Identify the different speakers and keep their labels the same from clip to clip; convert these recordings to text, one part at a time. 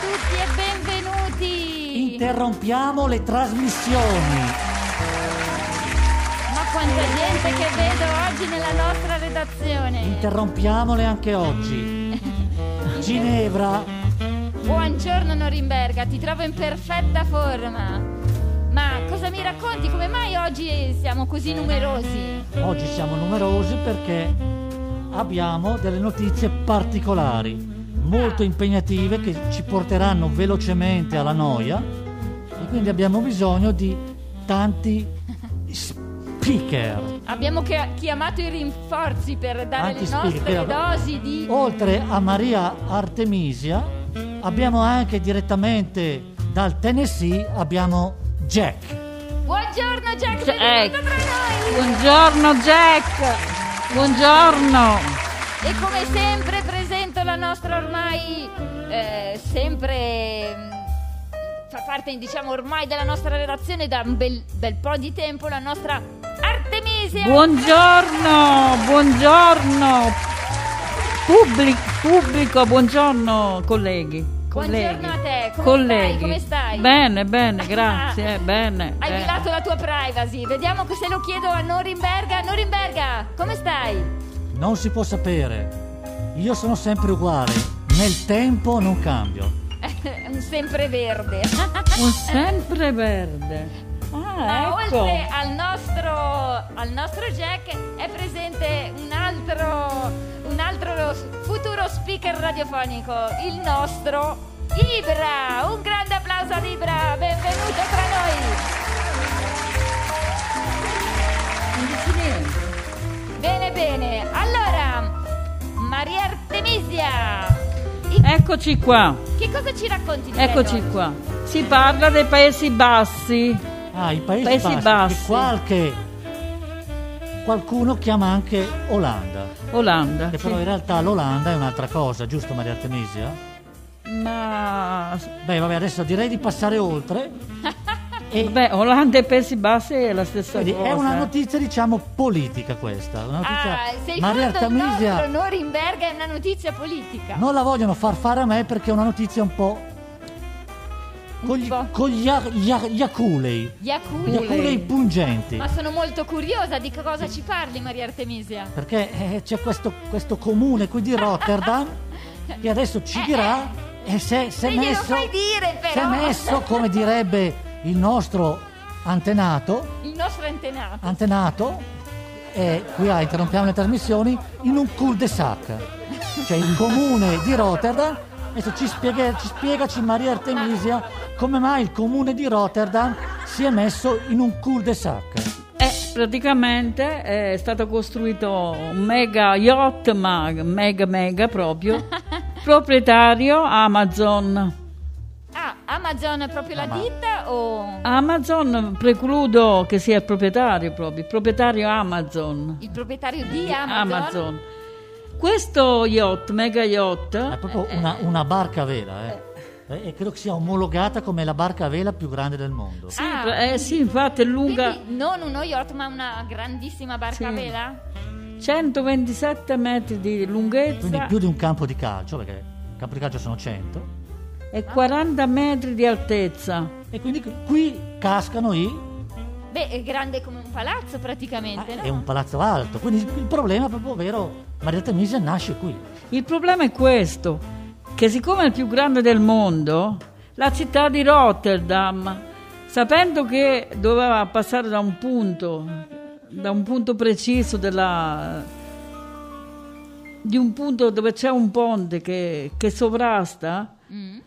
Speaker 1: tutti e benvenuti!
Speaker 2: Interrompiamo le trasmissioni.
Speaker 1: Ma quanta gente che vedo oggi nella nostra redazione!
Speaker 2: Interrompiamole anche oggi. Ginevra,
Speaker 1: Buongiorno Norimberga, ti trovo in perfetta forma! Ma cosa mi racconti? Come mai oggi siamo così numerosi?
Speaker 2: oggi siamo numerosi perché abbiamo delle notizie particolari, molto impegnative che ci porteranno velocemente alla noia e quindi abbiamo bisogno di tanti speaker.
Speaker 1: Abbiamo chia- chiamato i rinforzi per dare le
Speaker 2: Tanti
Speaker 1: nostre
Speaker 2: speaker.
Speaker 1: dosi di...
Speaker 2: Oltre a Maria Artemisia, abbiamo anche direttamente dal Tennessee abbiamo Jack.
Speaker 1: Buongiorno Jack,
Speaker 3: Jack.
Speaker 1: benvenuto tra noi!
Speaker 3: Buongiorno Jack, buongiorno.
Speaker 1: E come sempre presento la nostra ormai eh, sempre mm, fa parte diciamo ormai della nostra relazione da un bel, bel po' di tempo la nostra Artemisia.
Speaker 3: Buongiorno, buongiorno. Publi- pubblico, buongiorno colleghi. colleghi.
Speaker 1: Buongiorno a te, come
Speaker 3: colleghi.
Speaker 1: stai? Come stai?
Speaker 3: Bene, bene, grazie, eh, bene.
Speaker 1: Hai
Speaker 3: eh.
Speaker 1: violato la tua privacy. Vediamo se lo chiedo a Norimberga. Norimberga, come stai?
Speaker 2: Non si può sapere. Io sono sempre uguale. Nel tempo non cambio.
Speaker 1: Un sempreverde.
Speaker 3: Un sempre verde.
Speaker 1: Ma
Speaker 3: Ah, ecco.
Speaker 1: oltre al nostro, al nostro Jack è presente un altro, un altro futuro speaker radiofonico, il nostro Ibra. Un grande applauso ad Ibra, benvenuto tra noi. Bene, bene. Allora, Maria Artemisia, i-
Speaker 3: Eccoci qua,
Speaker 1: che cosa ci racconti di bello
Speaker 3: eccoci
Speaker 1: oggi?
Speaker 3: qua. Si parla dei Paesi Bassi.
Speaker 2: Ah, i Paesi,
Speaker 3: Paesi
Speaker 2: Bassi, che
Speaker 3: Bassi.
Speaker 2: qualche qualcuno chiama anche Olanda.
Speaker 3: Olanda.
Speaker 2: Che però in realtà l'Olanda è un'altra cosa, giusto Maria Artemisia?
Speaker 3: Ma
Speaker 2: Beh, vabbè, adesso direi di passare oltre. E
Speaker 3: beh, Olanda e Paesi Bassi è la stessa
Speaker 2: quindi
Speaker 3: cosa. eh.
Speaker 2: è una notizia, diciamo, politica questa. Una notizia...
Speaker 1: eh. Ah, sei
Speaker 2: Maria
Speaker 1: fondo il
Speaker 2: Artemisia
Speaker 1: nostro Norimberga è una notizia politica.
Speaker 2: non la vogliono far fare a me perché è una notizia un po'. con gli,
Speaker 1: po'.
Speaker 2: con gli, a- gli a- gli aculei. Gli
Speaker 1: Yakult.
Speaker 2: aculei pungenti.
Speaker 1: Ma sono molto curiosa di che cosa ci parli, Maria Artemisia.
Speaker 2: Perché eh, c'è questo, questo comune qui di Rotterdam che adesso ci dirà e se, se
Speaker 1: Se Eh, glielo
Speaker 2: messo,
Speaker 1: fai dire,
Speaker 2: se
Speaker 1: però.
Speaker 2: messo, come direbbe il nostro antenato,
Speaker 1: Il nostro antenato.
Speaker 2: antenato, e qui ah, interrompiamo le trasmissioni, in un cul-de-sac. Cioè il comune di Rotterdam, adesso ci, spieghe- ci spiegaci Maria Artemisia come mai il comune di Rotterdam si è messo in un cul-de-sac.
Speaker 3: Eh, praticamente eh, è stato costruito un mega yacht, ma mega mega proprio, proprietario Amazon.
Speaker 1: Ah, Amazon è proprio la
Speaker 2: Ah, ma-
Speaker 1: ditta o
Speaker 3: Amazon precludo che sia il proprietario proprio, il proprietario Amazon.
Speaker 1: il proprietario di Amazon?
Speaker 3: Questo yacht, mega yacht,
Speaker 2: È proprio una, una barca a vela, eh. Eh, E credo che sia omologata come la barca a vela più grande del mondo.
Speaker 3: sì,
Speaker 1: Ah.
Speaker 3: pr- eh, sì, infatti è lunga
Speaker 1: Quindi non uno yacht, ma una grandissima barca
Speaker 3: Sì.
Speaker 1: a vela?
Speaker 3: 127 metri di
Speaker 2: Quindi
Speaker 3: lunghezza
Speaker 2: più di un campo di calcio, perché il campo di calcio sono 100.
Speaker 3: e 40 metri di altezza.
Speaker 2: E quindi qui- qui cascano i...
Speaker 1: Beh, è grande come un palazzo
Speaker 2: ah,
Speaker 1: praticamente, no?
Speaker 2: è un palazzo alto, quindi il il problema proprio vero, Maria Artemisia nasce qui.
Speaker 3: Il problema è questo, che siccome è il più grande del mondo, la città di Rotterdam, sapendo che doveva passare da un punto, da un punto preciso della, di un punto dove c'è un ponte che, che sovrasta,
Speaker 1: Mm.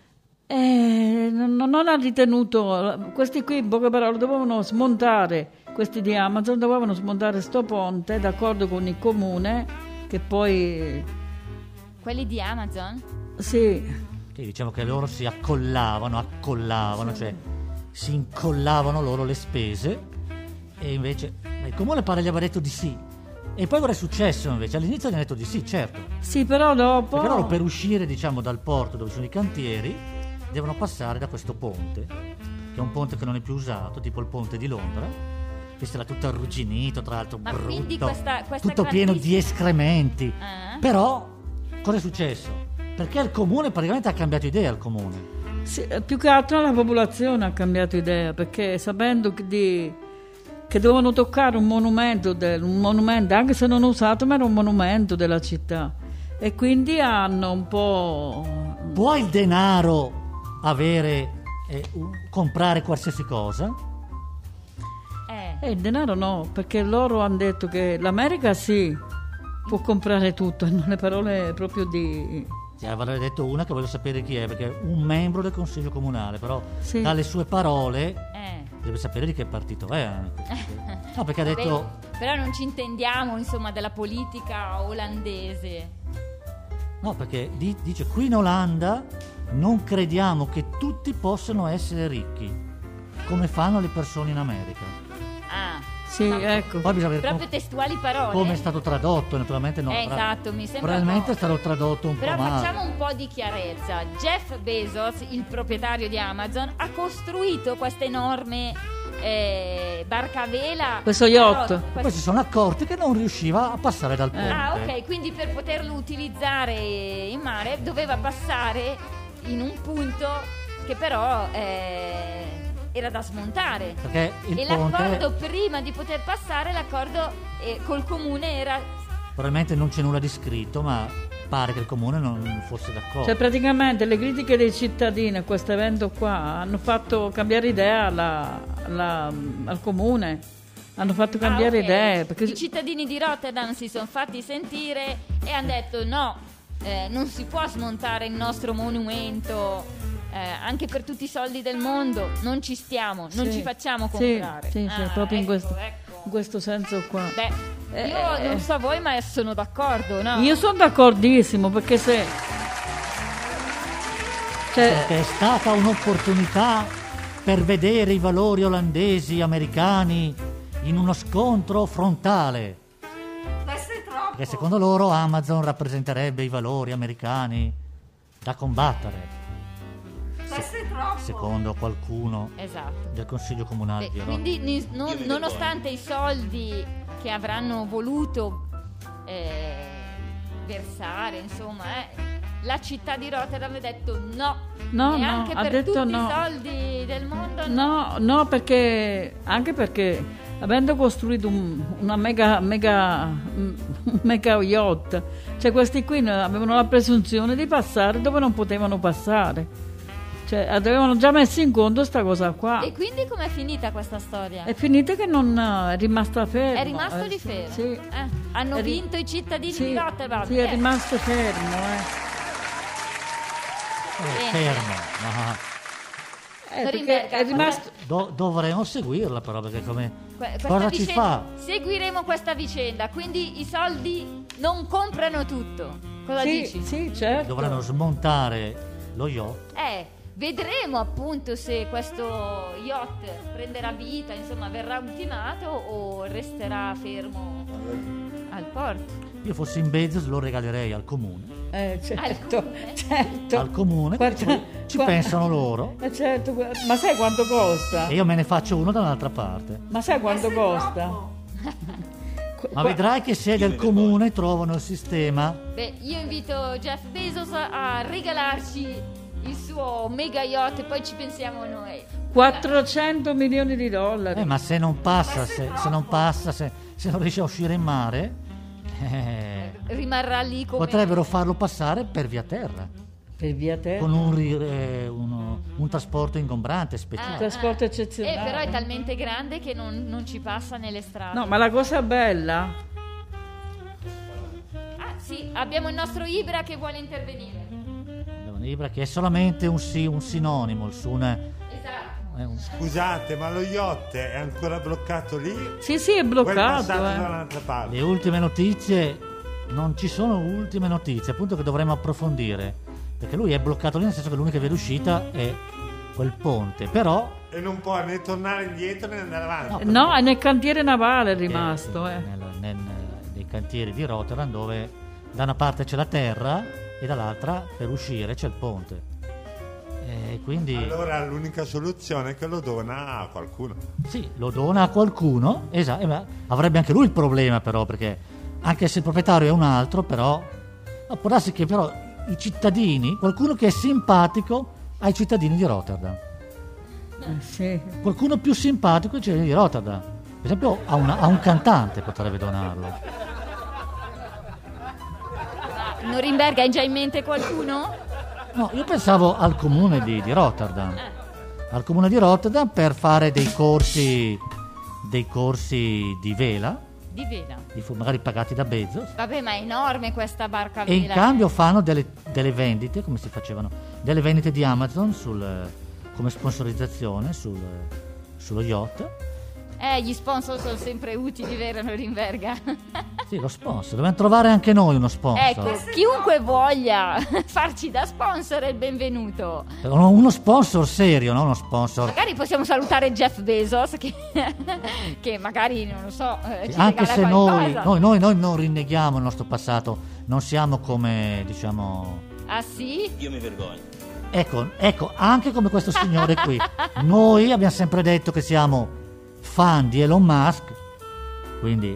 Speaker 3: eh, non, non ha ritenuto, questi qui in poche parole dovevano smontare, questi di Amazon dovevano smontare sto ponte d'accordo con il comune che poi
Speaker 1: Quelli di Amazon?
Speaker 3: sì,
Speaker 2: Che diciamo che loro si accollavano, accollavano, cioè si incollavano loro le spese e invece ma il comune pare gli aveva detto di sì. E poi cosa è successo invece? All'inizio gli hanno detto di sì, certo.
Speaker 3: sì, però dopo.
Speaker 2: Perché loro per uscire diciamo dal porto dove sono i cantieri devono passare da questo ponte, che è un ponte che non è più usato, tipo il ponte di Londra, che sarà tutto arrugginito, tra l'altro
Speaker 1: Ma quindi
Speaker 2: brutto,
Speaker 1: questa- questa
Speaker 2: tutto pieno di
Speaker 1: grandissima-
Speaker 2: escrementi.
Speaker 1: Ah.
Speaker 2: Però cosa è successo? Perché il comune praticamente ha cambiato idea il comune.
Speaker 3: Sì, eh, più che altro la popolazione ha cambiato idea perché sapendo che, di- che dovevano toccare un monumento, del- un monumento, anche se non usato, ma era un monumento della città. E quindi hanno un po'.
Speaker 2: Può il denaro avere, eh, u- comprare qualsiasi cosa?
Speaker 1: Eh.
Speaker 3: Eh, il denaro no, perché loro hanno detto che l'America sì, può comprare tutto, hanno le parole proprio di.
Speaker 2: Sì, avrei detto una che voglio sapere chi è, perché è un membro del consiglio comunale, però
Speaker 3: Sì.
Speaker 2: dalle sue parole
Speaker 1: eh.
Speaker 2: deve sapere di che partito è. anche. No, perché ha
Speaker 1: Vabbè,
Speaker 2: detto...
Speaker 1: però non ci intendiamo, insomma, della politica olandese.
Speaker 2: No, perché di- dice qui in Olanda non crediamo che tutti possano essere ricchi, come fanno le persone in America.
Speaker 1: Ah,
Speaker 3: Sì,
Speaker 2: Esatto.
Speaker 3: ecco.
Speaker 2: Poi bisogna vedere
Speaker 1: proprio
Speaker 2: com-
Speaker 1: testuali parole.
Speaker 2: eh. come è stato tradotto, naturalmente no.
Speaker 1: Eh,
Speaker 2: avrà-
Speaker 1: esatto, mi sembra
Speaker 2: Probabilmente è
Speaker 1: no.
Speaker 2: stato tradotto un
Speaker 1: Però
Speaker 2: po' male.
Speaker 1: facciamo un po' di chiarezza. Jeff Bezos, il proprietario di Amazon, ha costruito questa enorme eh, barca a vela.
Speaker 3: Questo yacht.
Speaker 1: Però-
Speaker 2: Poi si sono accorti che non riusciva a passare dal ponte.
Speaker 1: Ah, ok, quindi per poterlo utilizzare in mare doveva passare in un punto che però eh, era da smontare.
Speaker 2: Perché il
Speaker 1: e l'accordo
Speaker 2: ponte
Speaker 1: prima di poter passare, l'accordo eh, col comune era
Speaker 2: probabilmente non c'è nulla di scritto, ma pare che il comune non fosse d'accordo.
Speaker 3: Cioè praticamente le critiche dei cittadini a questo evento qua hanno fatto cambiare idea alla- alla- al comune, hanno fatto cambiare
Speaker 1: Ah, ok.
Speaker 3: idee. Perché...
Speaker 1: I cittadini di Rotterdam si sono fatti sentire e hanno detto no, eh, non si può smontare il nostro monumento eh, anche per tutti i soldi del mondo, non ci stiamo, non
Speaker 3: Sì.
Speaker 1: ci facciamo
Speaker 3: Sì,
Speaker 1: comprare.
Speaker 3: Sì, sì,
Speaker 1: Ah,
Speaker 3: proprio in,
Speaker 1: ecco,
Speaker 3: questo,
Speaker 1: ecco.
Speaker 3: in questo senso qua.
Speaker 1: Beh,
Speaker 3: Eh,
Speaker 1: io
Speaker 3: eh,
Speaker 1: non so voi, ma sono d'accordo, no?
Speaker 3: Io sono d'accordissimo perché se... Cioè,
Speaker 2: Perché è stata un'opportunità per vedere i valori olandesi, americani, in uno scontro frontale.
Speaker 1: Questo è troppo.
Speaker 2: Perché secondo loro Amazon rappresenterebbe i valori americani da combattere.
Speaker 1: Questo è troppo.
Speaker 2: Secondo qualcuno
Speaker 1: Esatto.
Speaker 2: del Consiglio Comunale
Speaker 1: Beh,
Speaker 2: di Roma.
Speaker 1: quindi ni- non- nonostante i soldi che avranno voluto eh, versare, insomma, eh, la città di Rotterdam ha detto no,
Speaker 3: No, no,
Speaker 1: neanche
Speaker 3: ha
Speaker 1: per
Speaker 3: detto
Speaker 1: tutti
Speaker 3: no.
Speaker 1: i soldi del mondo.
Speaker 3: no, no, perché anche perché avendo costruito un- una mega, mega, un mega yacht, cioè questi qui ne- avevano la presunzione di passare dove non potevano passare. Cioè, avevano già messo in conto sta cosa qua.
Speaker 1: E quindi com'è finita questa storia?
Speaker 3: È finita che non eh, è rimasta ferma.
Speaker 1: È rimasto
Speaker 3: eh,
Speaker 1: lì
Speaker 3: sì,
Speaker 1: fermo.
Speaker 3: Sì.
Speaker 1: Eh, hanno
Speaker 3: È ri-
Speaker 1: vinto i cittadini
Speaker 3: sì,
Speaker 1: di Rotterdam.
Speaker 3: sì, è
Speaker 1: Eh,
Speaker 3: rimasto fermo.
Speaker 2: Eh,
Speaker 1: bene.
Speaker 2: fermo. Ah.
Speaker 3: eh. Eh,
Speaker 1: Per
Speaker 3: perché
Speaker 1: Rimberga,
Speaker 3: è rimasto...
Speaker 2: Do- dovremmo seguirla però perché come
Speaker 1: que- questa
Speaker 2: cosa ci fa?
Speaker 1: vicenda- Seguiremo questa vicenda, quindi i soldi non comprano tutto. Cosa dici?
Speaker 3: Sì, sì, certo.
Speaker 2: Dovranno smontare lo yacht.
Speaker 1: Eh, vedremo appunto se questo yacht prenderà vita, insomma, verrà ultimato o resterà fermo al porto.
Speaker 2: Io fossi in Bezos lo regalerei al comune.
Speaker 3: Eh, certo,
Speaker 1: comune.
Speaker 3: certo.
Speaker 2: Al comune
Speaker 3: Guarda-
Speaker 2: poi ci
Speaker 3: guarda-
Speaker 2: pensano Eh. loro
Speaker 3: Eh, certo, gu- ma sai quanto costa?
Speaker 2: e io me ne faccio uno da un'altra parte.
Speaker 3: Ma sai quanto costa? Qu-
Speaker 2: Ma
Speaker 3: qua-
Speaker 2: vedrai che se del comune trovano il sistema.
Speaker 1: Beh, io invito Jeff Bezos a regalarci il suo mega yacht e poi ci pensiamo noi.
Speaker 3: 400 milioni di dollari.
Speaker 2: Eh, ma se non passa, se, se non passa, se, se non riesce a uscire in mare, eh,
Speaker 1: Rimarrà lì come
Speaker 2: potrebbero farlo passare per via terra.
Speaker 3: Per via terra.
Speaker 2: Con un, ri- eh, uno- un trasporto ingombrante
Speaker 1: Ah,
Speaker 2: speciale.
Speaker 3: trasporto
Speaker 1: ah.
Speaker 3: eccezionale.
Speaker 1: Eh, però è talmente grande che non, non ci passa nelle strade.
Speaker 3: No, ma la cosa bella...
Speaker 1: Ah, sì, abbiamo il nostro Ibra che vuole intervenire.
Speaker 2: Ibra, che è solamente un, si- un sinonimo, il suo un,
Speaker 1: Esatto.
Speaker 2: è un-
Speaker 4: Scusate, ma lo yacht è ancora bloccato lì?
Speaker 3: Sì, sì, è
Speaker 4: O è passato da
Speaker 3: bloccato. eh.
Speaker 4: un'altra parte?
Speaker 2: le ultime notizie non ci sono ultime notizie, appunto che dovremmo approfondire, perché lui è bloccato lì nel senso che l'unica via d'uscita è quel ponte, però
Speaker 4: E non può né tornare indietro né andare avanti.
Speaker 2: No.
Speaker 3: No, è nel cantiere navale è rimasto.
Speaker 2: eh,
Speaker 3: eh.
Speaker 2: nel- nel- nei cantieri di Rotterdam dove da una parte c'è la terra e dall'altra per uscire c'è il ponte. E quindi
Speaker 4: Allora l'unica soluzione è che lo dona a qualcuno.
Speaker 2: Sì, lo dona a qualcuno, esatto, eh, ma avrebbe anche lui il problema però, perché anche se il proprietario è un altro, però... No, può darsi che però i cittadini, qualcuno che è simpatico, ai cittadini di Rotterdam.
Speaker 3: Eh, sì.
Speaker 2: Qualcuno più simpatico ai cittadini di Rotterdam. Per esempio a, una- a un cantante potrebbe donarlo.
Speaker 1: Norimberga, hai già in mente qualcuno?
Speaker 2: No, io pensavo al comune di, di Rotterdam. Al comune di Rotterdam per fare dei corsi, dei corsi di vela,
Speaker 1: Di vela.
Speaker 2: di fu- magari pagati da Bezos.
Speaker 1: Vabbè, ma è enorme questa barca a
Speaker 2: E in
Speaker 1: vela.
Speaker 2: cambio fanno delle, delle vendite, come si facevano, delle vendite di Amazon sul- come sponsorizzazione sul, sullo yacht.
Speaker 1: Eh, gli sponsor sono sempre utili, vero Norimberga?
Speaker 2: Sì, lo sponsor. Dobbiamo trovare anche noi uno sponsor.
Speaker 1: Ecco, chiunque voglia farci da sponsor è il benvenuto.
Speaker 2: Uno, uno sponsor serio, non uno sponsor.
Speaker 1: Magari possiamo salutare Jeff Bezos che, che magari, non lo so, eh, ci
Speaker 2: Anche
Speaker 1: regala
Speaker 2: se noi,
Speaker 1: qualcosa.
Speaker 2: noi, noi- noi non rinneghiamo il nostro passato, non siamo come, diciamo...
Speaker 1: Ah sì?
Speaker 5: Io mi vergogno.
Speaker 2: Ecco, ecco, anche come questo signore qui. Noi abbiamo sempre detto che siamo fan di Elon Musk, quindi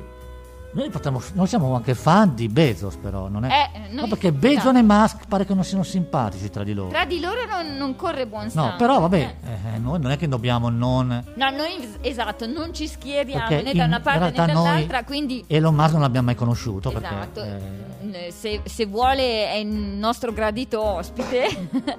Speaker 2: noi, potremmo- noi siamo anche fan di Bezos però, non è?
Speaker 1: Eh,
Speaker 2: No,
Speaker 1: noi-
Speaker 2: perché Bezos
Speaker 1: no.
Speaker 2: e Musk pare che non siano simpatici tra di loro.
Speaker 1: Tra di loro non, non corre buon sangue.
Speaker 2: No, però vabbè,
Speaker 1: Eh.
Speaker 2: eh, noi non è che dobbiamo non...
Speaker 1: No, noi es- esatto, non ci schieriamo
Speaker 2: Perché
Speaker 1: né da
Speaker 2: in
Speaker 1: una parte
Speaker 2: realtà
Speaker 1: né
Speaker 2: noi
Speaker 1: dall'altra, quindi
Speaker 2: Elon Musk non l'abbiamo mai conosciuto
Speaker 1: Esatto,
Speaker 2: perché... eh,
Speaker 1: Mm, se, se vuole è il nostro gradito ospite.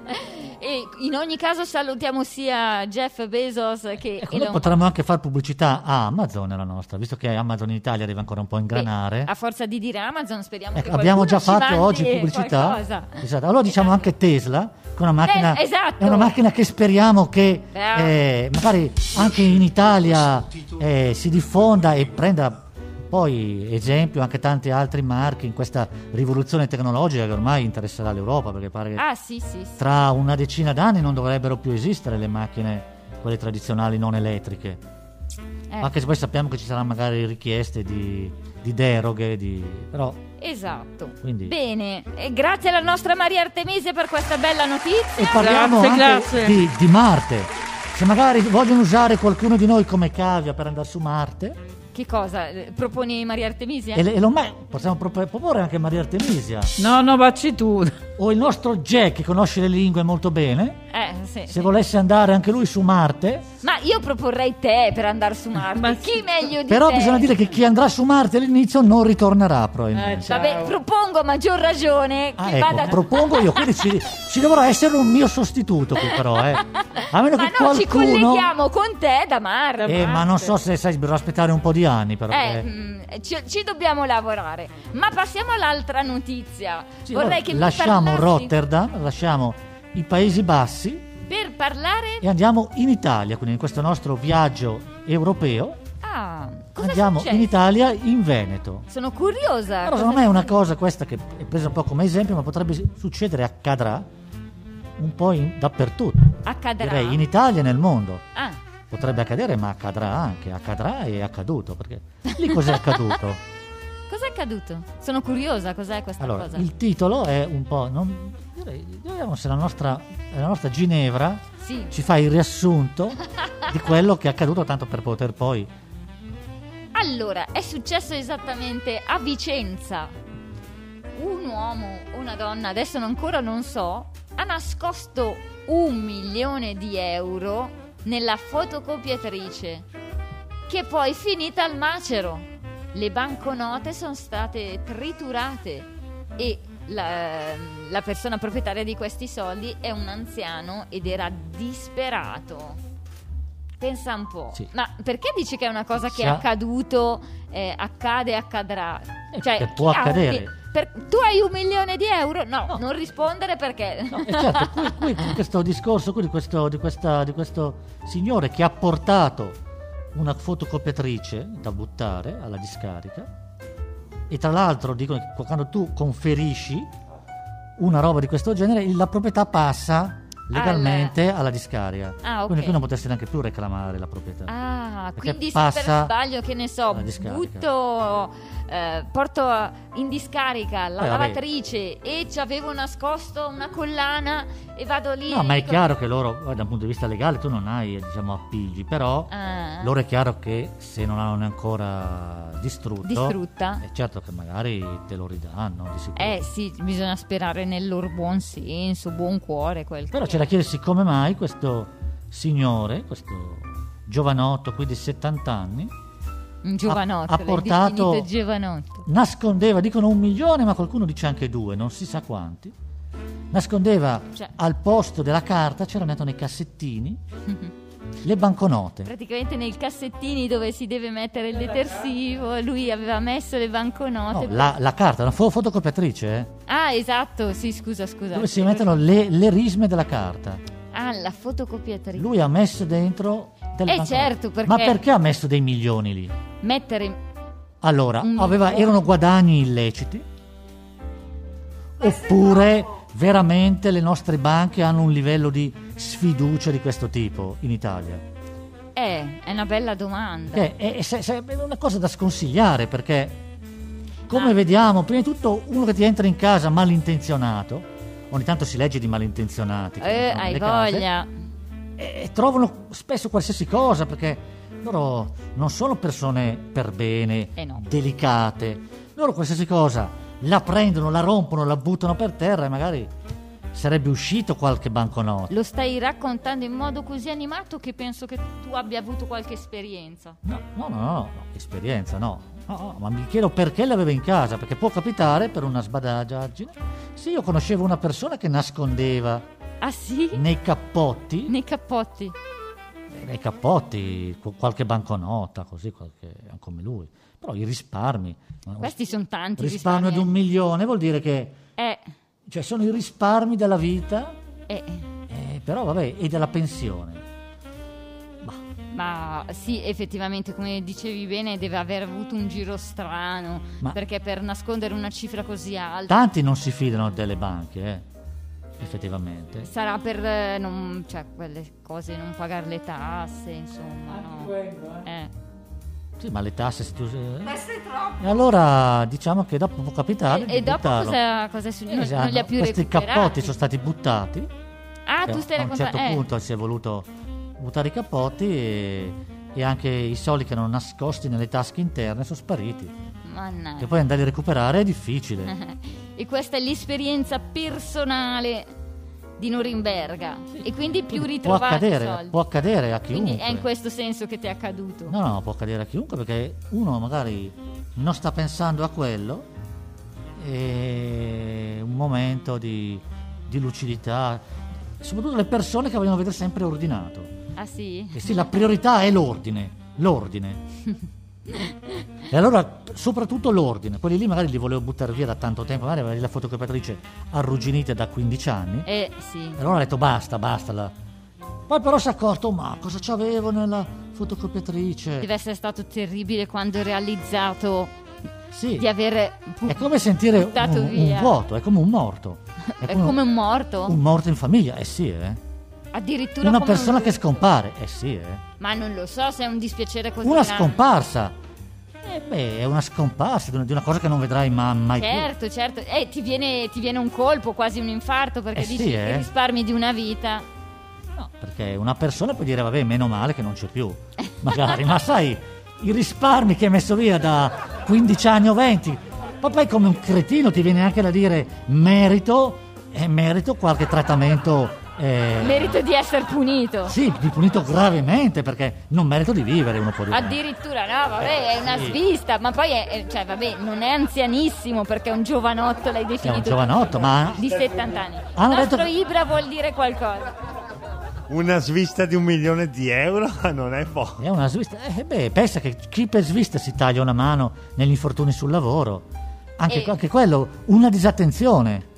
Speaker 1: e in ogni caso salutiamo sia Jeff Bezos che
Speaker 2: Ecco, noi
Speaker 1: Elon
Speaker 2: potremmo anche fare pubblicità a Amazon, la nostra, visto che Amazon in Italia deve ancora un po'
Speaker 1: Beh,
Speaker 2: ingranare.
Speaker 1: A forza di dire Amazon speriamo
Speaker 2: Ecco,
Speaker 1: che
Speaker 2: abbiamo già
Speaker 1: qualcuno ci
Speaker 2: fatto
Speaker 1: mandi
Speaker 2: oggi pubblicità.
Speaker 1: qualcosa.
Speaker 2: Esatto, Allora diciamo anche Tesla, che è una macchina,
Speaker 1: Eh, esatto.
Speaker 2: è una macchina che speriamo che
Speaker 1: Bravo.
Speaker 2: eh, magari anche in Italia eh, si diffonda e prenda poi esempio anche tanti altri marchi in questa rivoluzione tecnologica che ormai interesserà l'Europa, perché pare che
Speaker 1: Ah sì, sì, sì.
Speaker 2: tra una decina d'anni non dovrebbero più esistere le macchine, quelle tradizionali non elettriche.
Speaker 1: Eh,
Speaker 2: Anche se poi sappiamo che ci saranno magari richieste di, di deroghe, di... però
Speaker 1: Esatto.
Speaker 2: Quindi-
Speaker 1: Bene, e grazie alla nostra Maria Artemese per questa bella
Speaker 2: E
Speaker 1: notizia.
Speaker 2: parliamo
Speaker 3: Grazie,
Speaker 2: anche
Speaker 3: grazie.
Speaker 2: Di, di Marte. Se magari vogliono usare qualcuno di noi come cavia per andare su Marte,
Speaker 1: Che cosa? Eh, Proponi Maria Artemisia?
Speaker 2: e, le- e lo ma- possiamo pro- proporre anche Maria Artemisia
Speaker 3: No, no, vacci tu.
Speaker 2: o il nostro Jack che conosce le lingue molto bene.
Speaker 1: Eh, sì.
Speaker 2: Se volesse andare anche lui su Marte,
Speaker 1: Ma io proporrei te per andare su Marte.
Speaker 3: Ma
Speaker 1: Chi
Speaker 3: sì.
Speaker 1: meglio di
Speaker 2: però
Speaker 1: te?
Speaker 2: bisogna dire che chi andrà su Marte all'inizio non ritornerà probabilmente.
Speaker 1: Vabbè, propongo a maggior ragione
Speaker 2: Ah,
Speaker 1: che
Speaker 2: ecco,
Speaker 1: Eh, vada
Speaker 2: propongo io, quindi ci, ci dovrà essere un mio sostituto qui però, eh. A meno
Speaker 1: Ma
Speaker 2: che
Speaker 1: no,
Speaker 2: qualcuno...
Speaker 1: ci colleghiamo con te da Marte.
Speaker 2: Eh, ma non so se sai, bisogna aspettare un po' di anni però.
Speaker 1: Eh,
Speaker 2: eh.
Speaker 1: mm, ci, ci dobbiamo lavorare. Ma passiamo all'altra notizia.
Speaker 2: Sì,
Speaker 1: Vorrei
Speaker 2: allora,
Speaker 1: che mi
Speaker 2: lasciamo
Speaker 1: parlassi-
Speaker 2: Rotterdam, lasciamo i Paesi Bassi
Speaker 1: Per parlare.
Speaker 2: e andiamo in Italia, quindi in questo nostro viaggio europeo
Speaker 1: Ah, cosa
Speaker 2: andiamo
Speaker 1: succede?
Speaker 2: in Italia, in Veneto.
Speaker 1: Sono curiosa.
Speaker 2: Però
Speaker 1: cosa-
Speaker 2: secondo me è una cosa questa che è presa un po' come esempio, ma potrebbe succedere, accadrà un po' in- dappertutto.
Speaker 1: Accadrà.
Speaker 2: Direi in Italia e nel mondo.
Speaker 1: Ah,
Speaker 2: Potrebbe accadere, ma accadrà anche, accadrà e è accaduto, perché lì cos'è accaduto?
Speaker 1: cos'è accaduto? Sono curiosa, cos'è questa
Speaker 2: Allora,
Speaker 1: cosa?
Speaker 2: il titolo è un po'. Non, direi, vediamo se la nostra, la nostra Ginevra
Speaker 1: Sì.
Speaker 2: ci fa il riassunto di quello che è accaduto, tanto per poter poi.
Speaker 1: Allora, è successo esattamente a Vicenza. Un uomo o una donna, adesso ancora non so, ha nascosto un milione di euro nella fotocopiatrice, che è poi finita al macero. Le banconote sono state triturate e la, la persona proprietaria di questi soldi è un anziano ed era disperato. Pensa un po',
Speaker 2: Sì.
Speaker 1: ma perché dici che è una cosa che è
Speaker 2: Sa-
Speaker 1: accaduto, eh, accade, accadrà? Cioè,
Speaker 2: Eh, perché può
Speaker 1: chi ha un
Speaker 2: accadere.
Speaker 1: mi- per- tu hai un milione di euro? No, non rispondere perché...
Speaker 2: No, e certo, qui, qui con questo discorso qui di questo, di questa- di questo signore che ha portato una fotocopiatrice da buttare alla discarica, e tra l'altro dicono che quando tu conferisci una roba di questo genere, la proprietà passa legalmente alla discarica.
Speaker 1: Ah, ok.
Speaker 2: Quindi qui non potresti neanche più reclamare la proprietà.
Speaker 1: Ah,
Speaker 2: Perché
Speaker 1: quindi se per
Speaker 2: passa
Speaker 1: sbaglio, che ne so,
Speaker 2: alla discarica.
Speaker 1: butto, eh, porto in discarica la
Speaker 2: Eh, vabbè.
Speaker 1: lavatrice e ci avevo nascosto una collana e vado lì...
Speaker 2: No,
Speaker 1: e
Speaker 2: ma è
Speaker 1: dico-
Speaker 2: chiaro che loro, eh, dal punto di vista legale, tu non hai, eh, diciamo, appigli, però
Speaker 1: Ah,
Speaker 2: Loro è chiaro che se non l'hanno ancora distrutto,
Speaker 1: Distrutta.
Speaker 2: è certo che magari te lo ridanno di sicuro.
Speaker 1: Eh sì, bisogna sperare nel loro buon senso, buon cuore. Quel
Speaker 2: Però
Speaker 1: che
Speaker 2: c'è da chiedersi come mai questo signore, questo giovanotto qui di 70 anni,
Speaker 1: è. un giovanotto,
Speaker 2: ha
Speaker 1: l'hai
Speaker 2: portato-
Speaker 1: definito giovanotto.
Speaker 2: nascondeva, dicono un milione, ma qualcuno dice anche due, non si sa quanti. Nascondeva
Speaker 1: Cioè-
Speaker 2: al posto della carta, c'erano dentro nei cassettini le banconote.
Speaker 1: Praticamente nei cassettini dove si deve mettere il detersivo, lui aveva messo le banconote.
Speaker 2: No, la, la carta, una fo- fotocopiatrice, eh,
Speaker 1: Ah, esatto, sì, scusa, scusa.
Speaker 2: dove si mettono le, le risme della carta.
Speaker 1: Ah, la fotocopiatrice.
Speaker 2: Lui ha messo dentro delle
Speaker 1: Eh,
Speaker 2: banconote.
Speaker 1: certo, perché-
Speaker 2: Ma perché ha messo dei milioni lì?
Speaker 1: Mettere...
Speaker 2: Allora,
Speaker 1: Mm.
Speaker 2: aveva- erano guadagni illeciti? Oppure veramente le nostre banche hanno un livello di sfiducia di questo tipo in Italia?
Speaker 1: Eh, è una bella domanda.
Speaker 2: Che è, è- Eh, se- se- è una cosa da sconsigliare perché, come vediamo, prima di tutto uno che ti entra in casa malintenzionato, ogni tanto si legge di malintenzionati, che
Speaker 1: Eh,
Speaker 2: entrano
Speaker 1: hai
Speaker 2: nelle case,
Speaker 1: voglia.
Speaker 2: e trovano spesso qualsiasi cosa perché loro non sono persone per bene,
Speaker 1: Eh no.
Speaker 2: delicate, loro qualsiasi cosa la prendono, la rompono, la buttano per terra e magari sarebbe uscito qualche banconote.
Speaker 1: Lo stai raccontando in modo così animato che penso che tu abbia avuto qualche esperienza.
Speaker 2: No, no, no, no, no, esperienza, no. No, no, ma mi chiedo perché l'aveva in casa, perché può capitare per una sbadagiaggine. Sì, io conoscevo una persona che nascondeva
Speaker 1: Ah sì?
Speaker 2: nei cappotti
Speaker 1: Nei cappotti.
Speaker 2: Eh, nei cappotti, qu- qualche banconota, così, qualche, come lui. Però i risparmi. no,
Speaker 1: Questi sono tanti.
Speaker 2: risparmio di un
Speaker 1: risparmi,
Speaker 2: milione vuol dire che
Speaker 1: eh.
Speaker 2: cioè, sono i risparmi della vita,
Speaker 1: Eh, eh.
Speaker 2: eh, però vabbè, e della pensione.
Speaker 1: Ma sì, effettivamente, come dicevi bene, deve aver avuto un giro strano.
Speaker 2: Ma-
Speaker 1: Perché per nascondere una cifra così alta
Speaker 2: Tanti non si fidano delle banche, eh, effettivamente.
Speaker 1: sarà per eh, non, cioè, quelle cose, non pagare le tasse, insomma. Ah, no? Eh.
Speaker 2: Sì, ma le tasse eh, si
Speaker 5: Questo è troppo.
Speaker 2: E allora diciamo che dopo può capitare.
Speaker 1: E,
Speaker 2: di
Speaker 1: e dopo
Speaker 2: buttarlo.
Speaker 1: cosa, cosa è successo?
Speaker 2: Eh,
Speaker 1: Non,
Speaker 2: sì,
Speaker 1: non li ha
Speaker 2: hanno-
Speaker 1: più
Speaker 2: questi
Speaker 1: recuperati.
Speaker 2: cappotti sono stati buttati.
Speaker 1: Ah,
Speaker 2: Cioè,
Speaker 1: tu stai
Speaker 2: a un
Speaker 1: raccontando.
Speaker 2: certo
Speaker 1: eh.
Speaker 2: punto si è voluto buttare i cappotti e, e anche i soldi che erano nascosti nelle tasche interne sono spariti. Che
Speaker 1: Mannaggia.
Speaker 2: poi andare a recuperare è difficile.
Speaker 1: E questa è l'esperienza personale di Norimberga. E quindi più
Speaker 2: Quindi
Speaker 1: ritrovare
Speaker 2: può accadere,
Speaker 1: i soldi.
Speaker 2: Può accadere a chiunque.
Speaker 1: quindi è in questo senso che ti è accaduto.
Speaker 2: No, no, può accadere a chiunque perché uno magari non sta pensando a quello e un momento di, di lucidità, soprattutto le persone che vogliono vedere sempre ordinato.
Speaker 1: Ah sì?
Speaker 2: E sì, la priorità è l'ordine, l'ordine. E allora, soprattutto l'ordine, quelli lì magari li volevo buttare via da tanto tempo, magari avevi la fotocopiatrice arrugginita da 15 anni.
Speaker 1: Eh sì.
Speaker 2: E allora ho detto basta, basta. la- Poi però si è accorto, ma cosa c'avevo nella fotocopiatrice?
Speaker 1: Deve essere stato terribile quando ho realizzato
Speaker 2: Sì.
Speaker 1: di aver pu-
Speaker 2: È come sentire un,
Speaker 1: buttato
Speaker 2: un
Speaker 1: via.
Speaker 2: vuoto, è come un morto.
Speaker 1: È come un morto?
Speaker 2: un morto in famiglia, eh sì, eh.
Speaker 1: Addirittura
Speaker 2: Una
Speaker 1: come un-
Speaker 2: persona che scompare, eh sì, eh.
Speaker 1: Ma non lo so se è un dispiacere così
Speaker 2: Una
Speaker 1: grande.
Speaker 2: scomparsa. Eh beh, è una scomparsa di una, di una cosa che non vedrai ma- mai più.
Speaker 1: Certo, certo. Eh, ti viene, ti viene un colpo, quasi un infarto, perché
Speaker 2: Eh sì,
Speaker 1: dici che
Speaker 2: eh.
Speaker 1: risparmi di una vita.
Speaker 2: No, perché una persona può dire, vabbè, meno male che non c'è più. Magari, ma sai, i risparmi che hai messo via da 15 anni o 20. Ma poi come un cretino ti viene anche da dire merito e merito qualche trattamento. eh,
Speaker 1: Merito di essere punito.
Speaker 2: Sì, di punito gravemente perché non merito di vivere uno può dire.
Speaker 1: Addirittura, no, vabbè,
Speaker 2: Eh,
Speaker 1: è una
Speaker 2: sì.
Speaker 1: svista, ma poi è, è- cioè, vabbè, non è anzianissimo perché è un giovanotto, l'hai
Speaker 2: È un
Speaker 1: definito.
Speaker 2: giovanotto, ma Ah,
Speaker 1: Di 70 anni. Il
Speaker 2: Hanno
Speaker 1: nostro
Speaker 2: detto-
Speaker 1: Ibra vuol dire qualcosa.
Speaker 4: Una svista di un milione di euro non è poco.
Speaker 2: è una svista. Eh, beh, pensa che chi per svista si taglia una mano negli infortuni sul lavoro. Anche,
Speaker 1: Eh.
Speaker 2: anche quello, una disattenzione.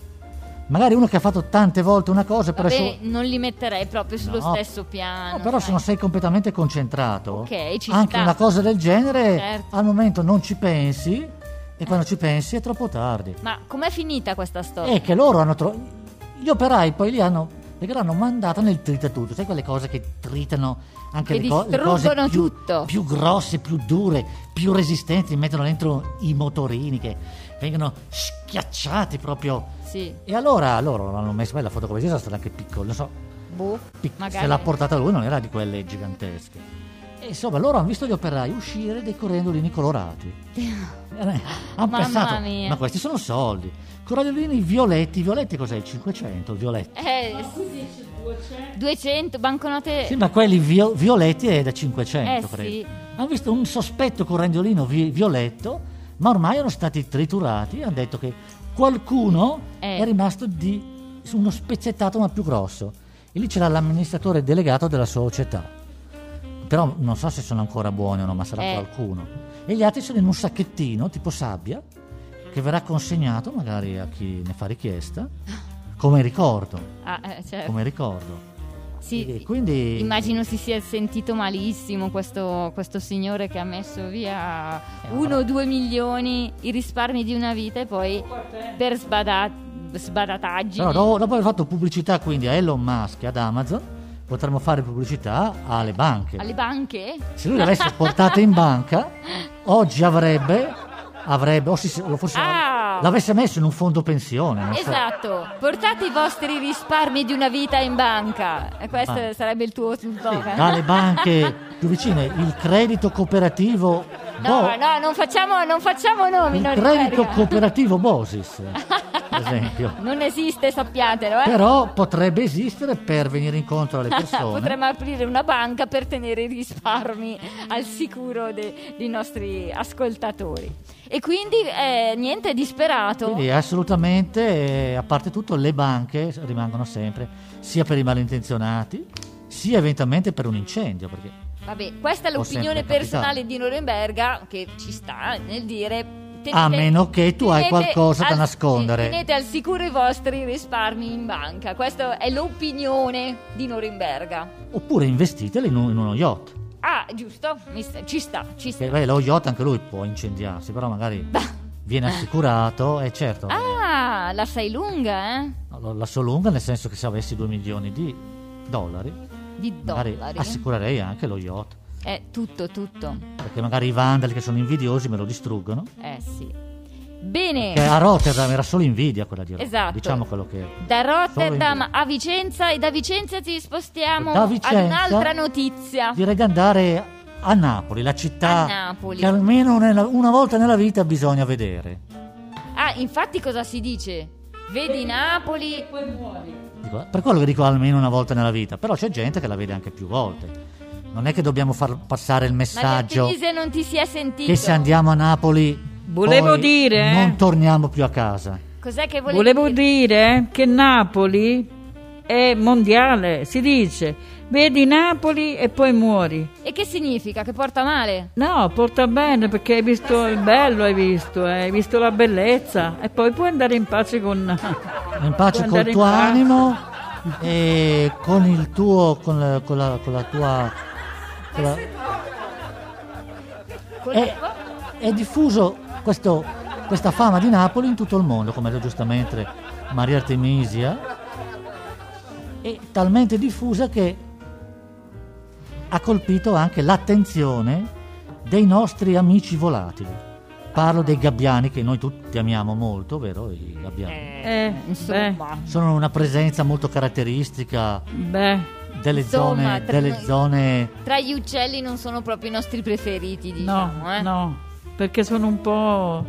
Speaker 2: Magari uno che ha fatto tante volte una cosa, però, è
Speaker 1: Vabbè,
Speaker 2: su-
Speaker 1: non li metterei proprio sullo
Speaker 2: No.
Speaker 1: stesso piano.
Speaker 2: no, però se
Speaker 1: sai.
Speaker 2: non sei completamente concentrato,
Speaker 1: Ok, ci
Speaker 2: anche
Speaker 1: sta.
Speaker 2: una cosa del genere
Speaker 1: Certo.
Speaker 2: al momento non ci pensi e quando ci pensi è troppo tardi.
Speaker 1: Ma com'è finita questa storia?
Speaker 2: E che loro hanno trovato. Gli operai poi li hanno. Perché l'hanno mandata nel tritatutto, sai quelle cose che tritano anche
Speaker 1: Che
Speaker 2: le, co- le cose
Speaker 1: distruggono
Speaker 2: più,
Speaker 1: tutto.
Speaker 2: più grosse, più dure, più resistenti, mettono dentro i motorini che vengono schiacciati proprio.
Speaker 1: Sì,
Speaker 2: E allora loro l'hanno messa poi la fotocopiatrice era stata anche piccola, non so,
Speaker 1: boh,
Speaker 2: pic- se
Speaker 1: magari.
Speaker 2: l'ha portata lui non era di quelle gigantesche. E insomma, loro hanno visto gli operai uscire dei corriendolini colorati. Eh, hanno
Speaker 1: Mamma
Speaker 2: pensato,
Speaker 1: mia.
Speaker 2: ma questi sono soldi. Corriendolini violetti, violetti cos'è? Il 500, violetti.
Speaker 1: Eh, 200 banconote.
Speaker 2: Sì, ma quelli vio- violetti è da 500,
Speaker 1: Eh,
Speaker 2: credo.
Speaker 1: sì.
Speaker 2: Hanno visto un sospetto correndolino vi- violetto, ma ormai erano stati triturati e hanno detto che qualcuno
Speaker 1: Eh.
Speaker 2: è rimasto di su uno spezzettato ma più grosso. E lì c'era l'amministratore delegato della società. Però non so se sono ancora buoni o no, ma sarà
Speaker 1: Eh.
Speaker 2: qualcuno. E gli altri sono in un sacchettino, tipo sabbia, che verrà consegnato magari a chi ne fa richiesta, come ricordo.
Speaker 1: Ah, eh, cioè,
Speaker 2: Come ricordo.
Speaker 1: sì,
Speaker 2: E quindi...
Speaker 1: Immagino si sia sentito malissimo questo, questo signore che ha messo via
Speaker 2: Eh, vabbè.
Speaker 1: uno o due milioni, i risparmi di una vita e poi per sbada- sbadataggi.
Speaker 2: Però dopo, dopo aver fatto pubblicità quindi a Elon Musk e ad Amazon, potremmo fare pubblicità alle banche.
Speaker 1: Alle banche?
Speaker 2: Se lui l'avesse portata in banca, oggi avrebbe, avrebbe o si- se- lo forse
Speaker 1: Ah!
Speaker 2: l'avesse messo in un fondo pensione. non so.
Speaker 1: Esatto, portate i vostri risparmi di una vita in banca. E questo
Speaker 2: Ah.
Speaker 1: sarebbe il tuo
Speaker 2: Sì,
Speaker 1: slogan.
Speaker 2: dalle banche più vicine, il credito cooperativo
Speaker 1: No,
Speaker 2: Bo-
Speaker 1: no, non facciamo, non facciamo nomi.
Speaker 2: Boh. il
Speaker 1: no,
Speaker 2: credito
Speaker 1: Riccardo.
Speaker 2: cooperativo Bosis, per esempio.
Speaker 1: Non esiste, sappiatelo. Eh?
Speaker 2: Però potrebbe esistere per venire incontro alle persone.
Speaker 1: Ah, Potremmo aprire una banca per tenere i risparmi al sicuro de- dei nostri ascoltatori. E quindi eh, niente disperato.
Speaker 2: Quindi assolutamente, eh, a parte tutto, le banche rimangono sempre, sia per i malintenzionati, sia eventualmente per un incendio, perché
Speaker 1: Vabbè, questa è
Speaker 2: Può
Speaker 1: l'opinione
Speaker 2: sempre capitare.
Speaker 1: personale di Norimberga che ci sta nel dire. tenete-
Speaker 2: A meno che tu hai
Speaker 1: tenete
Speaker 2: qualcosa da
Speaker 1: al-
Speaker 2: nascondere.
Speaker 1: sì, Tenete al sicuro i vostri risparmi in banca. Questa è l'opinione di Norimberga.
Speaker 2: oppure investitele in, un- in uno yacht.
Speaker 1: Ah, giusto? Mi sta- ci sta, ci sta.
Speaker 2: Che, beh, lo yacht anche lui può incendiarsi, però magari viene assicurato e certo,
Speaker 1: Ah, la sai lunga, eh?
Speaker 2: la, la so lunga nel senso che se avessi 2 milioni di dollari,
Speaker 1: Di
Speaker 2: magari
Speaker 1: dollari.
Speaker 2: assicurerei anche lo yacht,
Speaker 1: Eh, tutto, tutto.
Speaker 2: perché magari i vandali che sono invidiosi me lo distruggono.
Speaker 1: Eh sì. Bene,
Speaker 2: Che a Rotterdam era solo invidia quella di Rotterdam,
Speaker 1: Esatto.
Speaker 2: diciamo quello che era.
Speaker 1: da
Speaker 2: Solo
Speaker 1: Rotterdam a Vicenza e da Vicenza ci spostiamo
Speaker 2: Da Vicenza-
Speaker 1: ad un'altra notizia.
Speaker 2: direi di andare a Napoli, la città
Speaker 1: A Napoli.
Speaker 2: che almeno nella- una volta nella vita bisogna vedere.
Speaker 1: Ah, infatti cosa si dice? Vedi Napoli?
Speaker 2: Dico, eh, per quello che dico almeno una volta nella vita, però c'è gente che la vede anche più volte. Non è che dobbiamo far passare il
Speaker 1: Ma
Speaker 2: messaggio
Speaker 1: Martinise non ti sia sentito.
Speaker 2: che se andiamo a Napoli
Speaker 3: Volevo
Speaker 2: poi
Speaker 3: dire, eh.
Speaker 2: non torniamo più a casa.
Speaker 1: Cos'è che volevi
Speaker 3: Volevo dire che Napoli è mondiale, si dice, vedi Napoli e poi muori.
Speaker 1: E che significa? Che porta male?
Speaker 3: No, porta bene perché hai visto il bello, hai visto, eh, hai visto la bellezza e poi puoi andare in pace con...
Speaker 2: In pace
Speaker 3: Puoi
Speaker 2: col
Speaker 3: andare in
Speaker 2: tuo
Speaker 3: pace.
Speaker 2: animo e con il tuo con la, con la- con la tua con la-
Speaker 1: Col-
Speaker 2: È, è diffuso questo- questa fama di Napoli in tutto il mondo, come ha detto giustamente Maria Artemisia. È talmente diffusa che ha colpito anche l'attenzione dei nostri amici volatili. Parlo dei gabbiani che noi tutti amiamo molto, vero? I gabbiani.
Speaker 3: Eh, beh,
Speaker 1: Insomma,
Speaker 2: Sono una presenza molto caratteristica
Speaker 3: beh,
Speaker 2: delle
Speaker 1: Insomma,
Speaker 2: zone,
Speaker 1: tra
Speaker 2: delle
Speaker 1: noi-
Speaker 2: zone
Speaker 1: tra gli uccelli non sono proprio i nostri preferiti, diciamo,
Speaker 3: no,
Speaker 1: eh.
Speaker 3: no, perché sono un po'...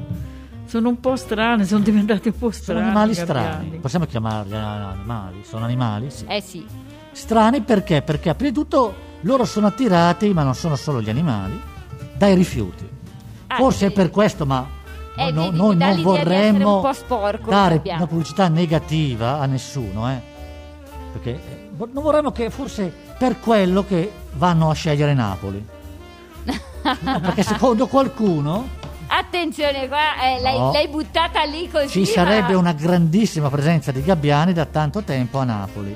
Speaker 3: Sono un po' strani, sono diventati un po'
Speaker 2: sono
Speaker 3: strani.
Speaker 2: animali
Speaker 3: i gabbiani.
Speaker 2: strani, possiamo chiamarli ah, animali? Sono animali? Sì.
Speaker 1: Eh sì.
Speaker 2: Strani perché? Perché prima di tutto loro sono attirati, ma non sono solo gli animali, dai rifiuti.
Speaker 1: Ah,
Speaker 2: Forse è
Speaker 1: sì.
Speaker 2: per questo, ma
Speaker 1: Eh,
Speaker 2: no-
Speaker 1: vedi,
Speaker 2: noi
Speaker 1: dà l'idea
Speaker 2: non
Speaker 1: di essere un
Speaker 2: vorremmo
Speaker 1: po' sporco,
Speaker 2: dare
Speaker 1: sappiamo.
Speaker 2: una pubblicità negativa a nessuno, eh. perché eh, vo- non vorremmo che forse per quello che vanno a scegliere Napoli. No, perché secondo qualcuno
Speaker 1: Attenzione qua, eh, l'hai,
Speaker 2: No.
Speaker 1: l'hai buttata lì così.
Speaker 2: ci
Speaker 1: ma-
Speaker 2: sarebbe una grandissima presenza di gabbiani da tanto tempo a Napoli.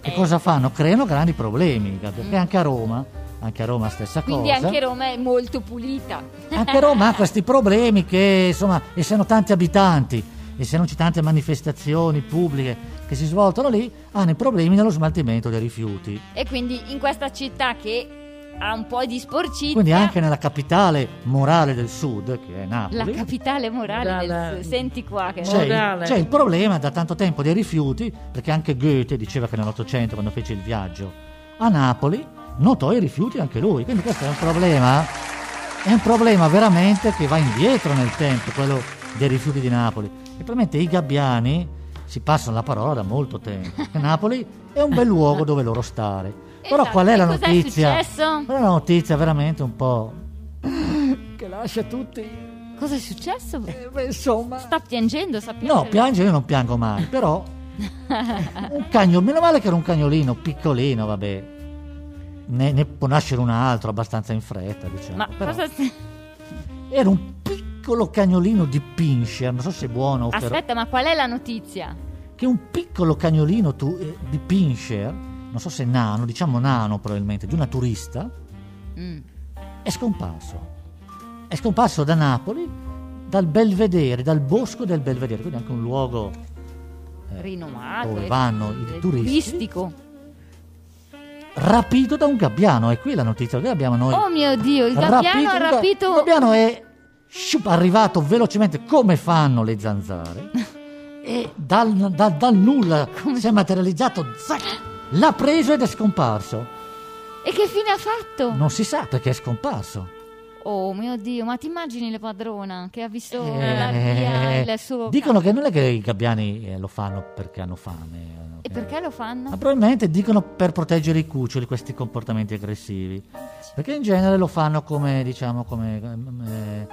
Speaker 2: E
Speaker 1: Eh.
Speaker 2: cosa fanno? Creano grandi problemi, i gabbiani. perché anche a Roma, anche a Roma stessa
Speaker 1: Mm. Quindi
Speaker 2: cosa.
Speaker 1: anche Roma è molto pulita.
Speaker 2: Anche Roma ha questi problemi che, insomma, essendo tanti abitanti, essendoci tante manifestazioni pubbliche che si svolgono lì, hanno i problemi nello smaltimento dei rifiuti.
Speaker 1: E quindi in questa città che ha un po' di sporcizia,
Speaker 2: Quindi anche nella capitale morale del sud, che è
Speaker 1: la
Speaker 2: Napoli, Cioè,
Speaker 1: capitale morale
Speaker 3: Dalla-
Speaker 1: del senti qua che Esatto.
Speaker 2: c'è il,
Speaker 3: Morale.
Speaker 2: c'è il problema da tanto tempo dei rifiuti, perché anche Goethe diceva che nell'Ottocento, quando fece il viaggio a Napoli, notò i rifiuti anche lui. Quindi questo è un problema, è un problema veramente che va indietro nel tempo, quello dei rifiuti di Napoli. E probabilmente i gabbiani si passano la parola da molto tempo. che Napoli è un bel luogo dove loro stare. Però
Speaker 1: Esatto,
Speaker 2: qual è
Speaker 1: e
Speaker 2: la
Speaker 1: cos'è
Speaker 2: notizia?
Speaker 1: successo?
Speaker 2: Qual è la notizia veramente un po'... che lascia tutti...
Speaker 1: Cosa è successo?
Speaker 2: eh, beh, insomma...
Speaker 1: Sta piangendo, sappiamo.
Speaker 2: No, piange io non piango mai, però un cagnolino, meno male che era un cagnolino piccolino, vabbè. Ne, ne può nascere un altro abbastanza in fretta, diciamo.
Speaker 1: Ma
Speaker 2: Però
Speaker 1: cosa si-
Speaker 2: Era un piccolo cagnolino di Pinscher, non so se è buono o per...
Speaker 1: Aspetta, ma qual è la notizia?
Speaker 2: Che un piccolo cagnolino tu- eh, di Pinscher, non so se nano, diciamo nano probabilmente, di una turista,
Speaker 1: Mm.
Speaker 2: è scomparso. È scomparso da Napoli, dal Belvedere, dal bosco del Belvedere, quindi anche un luogo eh,
Speaker 1: Rinomato.
Speaker 2: dove
Speaker 1: eh,
Speaker 2: vanno i
Speaker 1: eh,
Speaker 2: turisti.
Speaker 1: Turistico.
Speaker 2: rapito da un gabbiano. E qui la notizia che abbiamo noi.
Speaker 1: Oh mio Dio, il gabbiano ha
Speaker 2: Rapito
Speaker 1: rapito...
Speaker 2: un ga- Il gabbiano è sciup, arrivato velocemente come fanno le zanzare. e dal, dal- dal nulla si è materializzato, zac, l'ha preso ed è scomparso.
Speaker 1: Oh. E che fine ha fatto?
Speaker 2: Non si sa perché è scomparso.
Speaker 1: Oh mio Dio, ma ti immagini la padrona che ha visto
Speaker 2: Eh,
Speaker 1: la via il suo...
Speaker 2: dicono che non è che i gabbiani eh, lo fanno perché hanno fame.
Speaker 1: E
Speaker 2: eh,
Speaker 1: perché lo fanno?
Speaker 2: Ma probabilmente dicono per proteggere i cuccioli questi comportamenti aggressivi. Perché in genere lo fanno come, diciamo, come ehm, eh,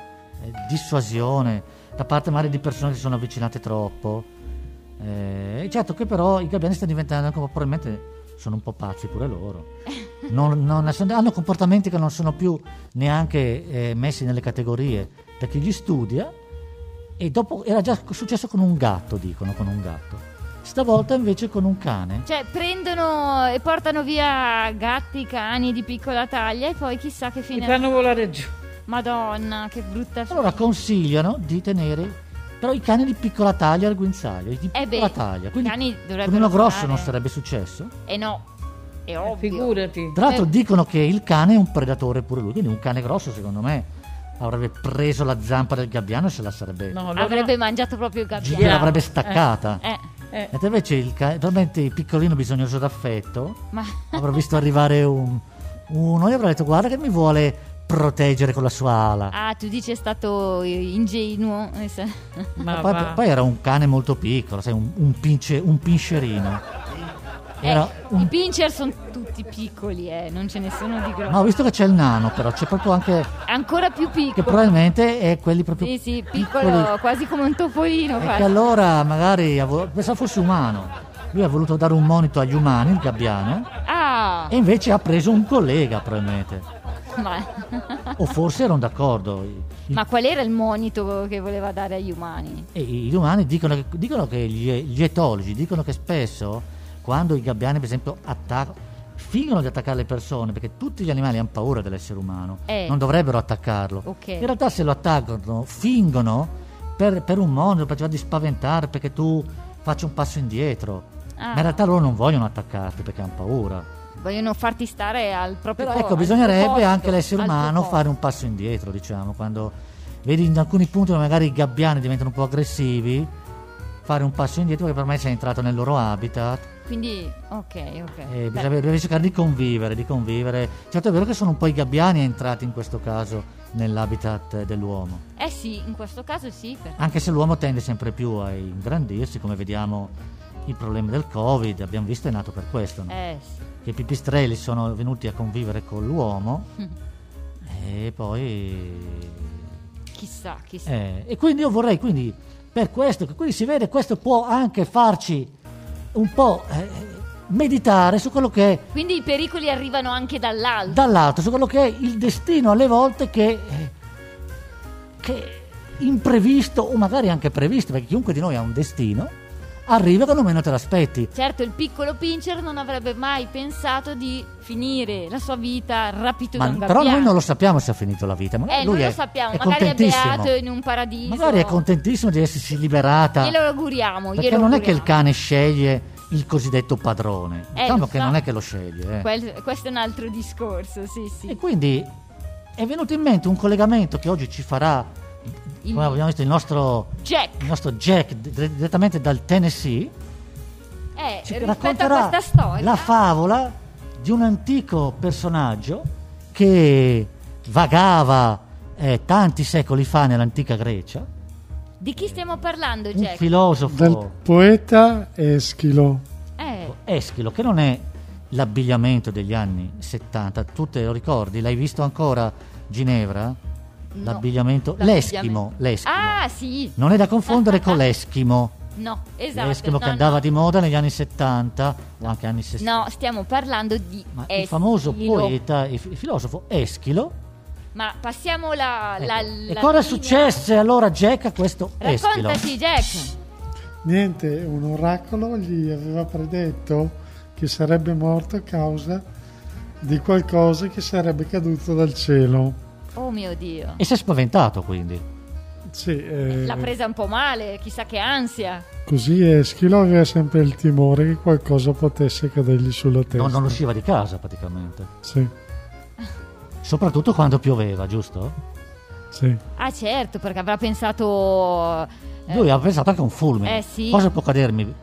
Speaker 2: eh, dissuasione da parte magari di persone che si sono avvicinate troppo. Eh, certo che però i gabbiani stanno diventando anche un po'- probabilmente sono un po' pazzi pure loro. Non- non- hanno comportamenti che non sono più neanche eh, messi nelle categorie da chi li studia e dopo era già successo con un gatto, dicono, con un gatto. Stavolta invece con un cane.
Speaker 1: Cioè, prendono e portano via gatti, cani di piccola taglia e poi chissà che
Speaker 3: Mi
Speaker 1: fine...
Speaker 3: fanno volare giù.
Speaker 1: Madonna, che brutta...
Speaker 2: Allora consigliano di tenere però i cani di piccola taglia al guinzaglio, di
Speaker 1: Eh beh,
Speaker 2: piccola taglia. Quindi
Speaker 1: i cani
Speaker 2: con
Speaker 1: dovrebbero
Speaker 2: uno grosso
Speaker 1: stare.
Speaker 2: non sarebbe successo.
Speaker 1: E Eh no, è ovvio.
Speaker 3: Figurati.
Speaker 2: Tra l'altro
Speaker 1: Eh.
Speaker 2: dicono che il cane è un predatore pure lui, quindi un cane grosso secondo me avrebbe preso la zampa del gabbiano e se la sarebbe
Speaker 3: No, loro-
Speaker 1: Avrebbe mangiato proprio il
Speaker 2: gi-
Speaker 1: gabbiano.
Speaker 2: gliel'avrebbe staccata.
Speaker 1: Eh,
Speaker 3: eh,
Speaker 2: Mentre invece il cane, veramente il piccolino bisognoso d'affetto,
Speaker 1: ma
Speaker 2: avrò visto arrivare un- uno e avrà detto guarda che mi vuole proteggere con la sua ala.
Speaker 1: ah, tu dici è stato eh, ingenuo. nel sen-
Speaker 3: ma
Speaker 2: poi,
Speaker 3: va.
Speaker 2: poi era un cane molto piccolo, sai, un, un, pince- un pinscerino. Era
Speaker 1: Eh,
Speaker 2: un-
Speaker 1: I pincher sono tutti piccoli, eh, non ce ne sono di grossi.
Speaker 2: Ma ho visto che c'è il nano, però c'è proprio anche.
Speaker 1: Ancora più
Speaker 2: che
Speaker 1: piccolo.
Speaker 2: probabilmente è quelli proprio.
Speaker 1: Ecco. Sì, sì,
Speaker 2: piccoli.
Speaker 1: piccolo, quasi come un topolino.
Speaker 2: E
Speaker 1: quasi.
Speaker 2: che allora magari. ha vo- pensavo fosse umano. Lui ha voluto dare un monito agli umani, il gabbiano,
Speaker 1: Ah,
Speaker 2: e invece ha preso un collega, probabilmente.
Speaker 1: ma...
Speaker 2: O forse erano d'accordo. I- i-
Speaker 1: ma qual era il monito che voleva dare agli umani?
Speaker 2: E gli umani dicono che, dicono che gli, gli etologi dicono che spesso quando i gabbiani, per esempio, attaccano, fingono di attaccare le persone perché tutti gli animali hanno paura dell'essere umano,
Speaker 1: Eh.
Speaker 2: non dovrebbero attaccarlo.
Speaker 1: Ok.
Speaker 2: In realtà, se lo attaccano, fingono per, per un mondo, per cercare di spaventare perché tu faccia un passo indietro.
Speaker 1: Ah.
Speaker 2: Ma in realtà loro non vogliono attaccarti perché hanno paura.
Speaker 1: Vogliono farti stare al proprio
Speaker 2: Però
Speaker 1: po-
Speaker 2: ecco,
Speaker 1: al tuo
Speaker 2: bisognerebbe
Speaker 1: posto,
Speaker 2: anche l'essere
Speaker 1: al tuo
Speaker 2: umano
Speaker 1: posto.
Speaker 2: fare un passo indietro, diciamo, quando vedi in alcuni punti dove magari i gabbiani diventano un po' aggressivi, fare un passo indietro perché ormai sei entrato nel loro habitat
Speaker 1: Quindi, ok, ok.
Speaker 2: e
Speaker 1: Eh, Beh,
Speaker 2: bisogna, bisogna cercare di convivere, di convivere. Certo è vero che sono un po' i gabbiani entrati in questo caso nell'habitat eh, dell'uomo,
Speaker 1: Eh sì, in questo caso sì, perché...
Speaker 2: anche se l'uomo tende sempre più a ingrandirsi, come vediamo il problema del Covid, abbiamo visto è nato per questo. no?
Speaker 1: Eh sì.
Speaker 2: che i pipistrelli sono venuti a convivere con l'uomo e poi
Speaker 1: Chissà, chissà.
Speaker 2: eh, e quindi io vorrei quindi per questo quindi si vede questo può anche farci un po' eh, meditare su quello che è
Speaker 1: Quindi i pericoli arrivano anche dall'alto.
Speaker 2: dall'alto su quello che è il destino alle volte che eh, che imprevisto o magari anche previsto perché chiunque di noi ha un destino arriva quando meno te l'aspetti
Speaker 1: Certo, il piccolo Pincher non avrebbe mai pensato di finire la sua vita rapito da
Speaker 2: Ma,
Speaker 1: un
Speaker 2: però noi
Speaker 1: gabbiano.
Speaker 2: non lo sappiamo se ha finito la vita. Magari
Speaker 1: Eh,
Speaker 2: lui
Speaker 1: non
Speaker 2: è,
Speaker 1: lo sappiamo,
Speaker 2: è
Speaker 1: magari è
Speaker 2: contentissimo.
Speaker 1: beato in un paradiso.
Speaker 2: Magari è contentissimo di essersi liberata.
Speaker 1: Glielo auguriamo,
Speaker 2: perché
Speaker 1: glielo
Speaker 2: non è che il
Speaker 1: auguriamo.
Speaker 2: cane sceglie il cosiddetto padrone.
Speaker 1: Eh,
Speaker 2: diciamo
Speaker 1: lo
Speaker 2: che
Speaker 1: so.
Speaker 2: non è che lo sceglie. eh.
Speaker 1: Quel- questo è un altro discorso, sì,
Speaker 2: E
Speaker 1: sì.
Speaker 2: quindi è venuto in mente un collegamento che oggi ci farà,
Speaker 1: Il-
Speaker 2: come abbiamo visto, il nostro, il
Speaker 1: Jack,
Speaker 2: nostro Jack dire- direttamente dal Tennessee.
Speaker 1: eh,
Speaker 2: Ci
Speaker 1: rispetto a
Speaker 2: racconterà
Speaker 1: questa storia,
Speaker 2: la favola di un antico personaggio che vagava eh, tanti secoli fa nell'antica Grecia,
Speaker 1: Di chi stiamo parlando,
Speaker 2: un
Speaker 1: Jack?
Speaker 2: filosofo
Speaker 5: Del poeta Eschilo.
Speaker 1: eh,
Speaker 2: Eschilo, che non è l'abbigliamento degli anni 70, tu te lo ricordi? L'hai visto ancora Ginevra? L'abbigliamento, l'eschimo, l'eschimo.
Speaker 1: Ah, sì.
Speaker 2: Non è da confondere con l'eschimo,
Speaker 1: No, esatto.
Speaker 2: l'eschimo
Speaker 1: no,
Speaker 2: che andava
Speaker 1: no.
Speaker 2: di moda negli anni 70 o anche anni 60.
Speaker 1: No, stiamo parlando di
Speaker 2: Ma il
Speaker 1: Eschilo.
Speaker 2: famoso poeta e fi- filosofo Eschilo.
Speaker 1: Ma passiamo la...
Speaker 2: Ecco.
Speaker 1: la-
Speaker 2: e
Speaker 1: la
Speaker 2: cosa
Speaker 1: linea.
Speaker 2: successe allora Jack a questo Eschilo?
Speaker 1: Raccontaci, Jack.
Speaker 5: Niente, un oracolo gli aveva predetto che sarebbe morto a causa di qualcosa che sarebbe caduto dal cielo.
Speaker 1: Oh mio Dio.
Speaker 2: E si è spaventato quindi.
Speaker 5: Sì, eh,
Speaker 1: L'ha presa un po' male, chissà che ansia.
Speaker 5: Così Eschilo aveva sempre il timore che qualcosa potesse cadergli sulla testa.
Speaker 2: No, non usciva di casa praticamente.
Speaker 5: Sì,
Speaker 2: Soprattutto quando pioveva, giusto?
Speaker 5: sì.
Speaker 1: Ah certo, perché avrà pensato... Eh.
Speaker 2: Lui aveva pensato anche a un fulmine.
Speaker 1: Eh, sì.
Speaker 2: Cosa può cadermi?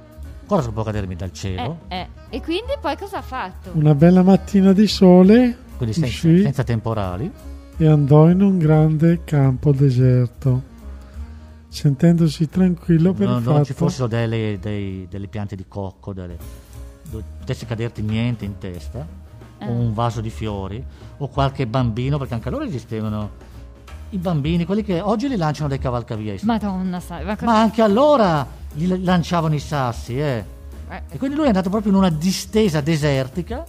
Speaker 2: Cosa può cadermi dal cielo?
Speaker 1: Eh, eh. E quindi poi cosa ha fatto?
Speaker 5: Una bella mattina di sole
Speaker 2: Quindi senza,
Speaker 5: uscì
Speaker 2: senza temporali.
Speaker 5: e andò in un grande campo deserto, sentendosi tranquillo per
Speaker 2: Non,
Speaker 5: il
Speaker 2: non
Speaker 5: fatto
Speaker 2: ci fossero delle, dei- delle piante di cocco, delle, dove potesse caderti niente in testa,
Speaker 1: Eh.
Speaker 2: o un vaso di fiori, o qualche bambino, perché anche loro esistevano. I bambini, quelli che oggi li lanciano dai cavalcavia. ai
Speaker 1: Madonna, sai, ma cosa...
Speaker 2: Ma anche allora gli l- lanciavano i sassi, eh.
Speaker 1: Eh,
Speaker 2: E quindi lui è andato proprio in una distesa desertica.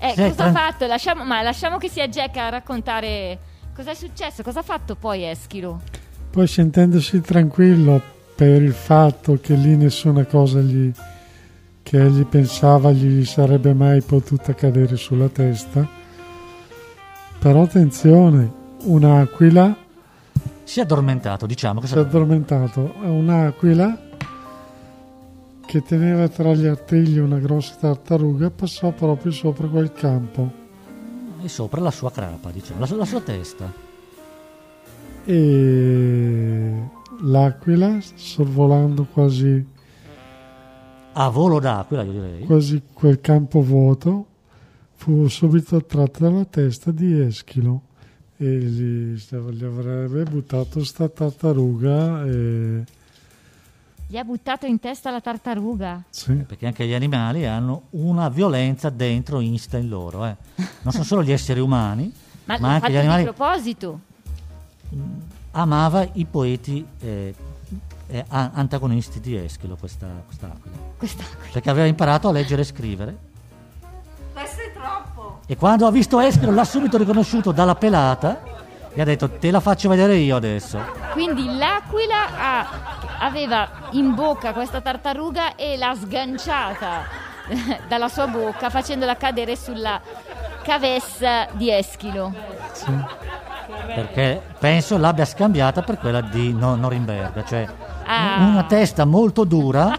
Speaker 1: Eh,
Speaker 2: Sì,
Speaker 1: cosa ha
Speaker 2: tran-
Speaker 1: fatto? Lasciamo, ma lasciamo che sia Jack a raccontare cosa è successo, cosa ha fatto poi Eschilo.
Speaker 5: Poi sentendosi tranquillo per il fatto che lì nessuna cosa gli, che egli pensava gli sarebbe mai potuta cadere sulla testa. Però attenzione, un'aquila
Speaker 2: Si è addormentato, diciamo. che
Speaker 5: si è addormentato, è un'aquila che teneva tra gli artigli una grossa tartaruga passò proprio sopra quel campo
Speaker 2: E sopra la sua crapa, diciamo, la, su- la sua testa.
Speaker 5: e l'aquila sorvolando quasi
Speaker 2: A volo d'aquila, io direi.
Speaker 5: quasi quel campo vuoto, fu subito attratta dalla testa di Eschilo e gli, gli avrebbe buttato sta tartaruga e...
Speaker 1: Gli ha buttato in testa la tartaruga.
Speaker 5: Sì,
Speaker 2: Perché anche gli animali hanno una violenza dentro insta in loro, eh. Non sono solo gli esseri umani,
Speaker 1: Ma,
Speaker 2: ma,
Speaker 1: l'ha
Speaker 2: anche
Speaker 1: fatto
Speaker 2: gli animali.
Speaker 1: di proposito.
Speaker 2: Amava i poeti eh, eh, a- antagonisti di Eschilo, questa, questa aquila.
Speaker 1: Quest'acqua.
Speaker 2: perché aveva imparato a leggere e scrivere. Questo è troppo. E quando ha visto Eschilo l'ha subito riconosciuto dalla pelata e ha detto te la faccio vedere io adesso.
Speaker 1: Quindi l'aquila ha- aveva in bocca questa tartaruga e l'ha sganciata dalla sua bocca facendola cadere sulla cavessa di Eschilo.
Speaker 5: sì.
Speaker 2: Perché penso l'abbia scambiata per quella di No- Norimberga, cioè
Speaker 1: Ah.
Speaker 2: una testa molto dura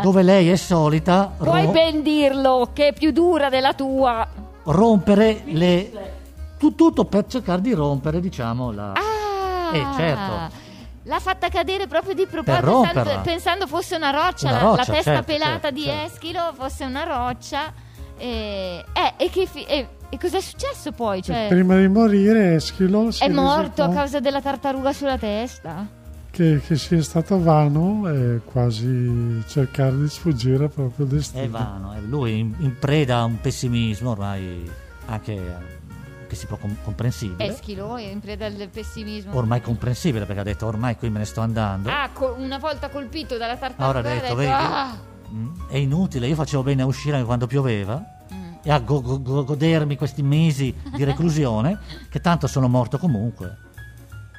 Speaker 2: dove lei è solita ro-
Speaker 1: Puoi ben dirlo che è più dura della tua.
Speaker 2: rompere le... tu- tutto per cercare di rompere diciamo la...
Speaker 1: Ah,
Speaker 2: Eh, certo.
Speaker 1: L'ha fatta cadere proprio di
Speaker 2: Per
Speaker 1: proposito,
Speaker 2: romperla.
Speaker 1: pensando, pensando fosse una roccia,
Speaker 2: Una
Speaker 1: la- la,
Speaker 2: roccia,
Speaker 1: testa
Speaker 2: certo,
Speaker 1: pelata
Speaker 2: certo,
Speaker 1: di
Speaker 2: certo.
Speaker 1: Eschilo fosse una roccia. E, eh, e che fi- e- e cos'è successo poi? Cioè,
Speaker 5: E prima di morire Eschilo si
Speaker 1: è
Speaker 5: rese
Speaker 1: morto a
Speaker 5: conto
Speaker 1: causa della tartaruga sulla testa?
Speaker 5: che, che sia stato vano e quasi cercare di sfuggire al proprio destino.
Speaker 2: È vano, eh, lui in, in preda a un pessimismo ormai anche eh, che si può com- comprensibile.
Speaker 1: Eschilo è in preda al pessimismo.
Speaker 2: Ormai comprensibile perché ha detto ormai qui me ne sto andando.
Speaker 1: ah, co- una volta colpito dalla tartaruga
Speaker 2: Ora ha detto,
Speaker 1: ha detto,
Speaker 2: vedi,
Speaker 1: "Ah!"
Speaker 2: mm, è inutile, io facevo bene a uscire anche quando pioveva
Speaker 1: Mm.
Speaker 2: e a go- go- go- godermi questi mesi di reclusione che tanto sono morto comunque.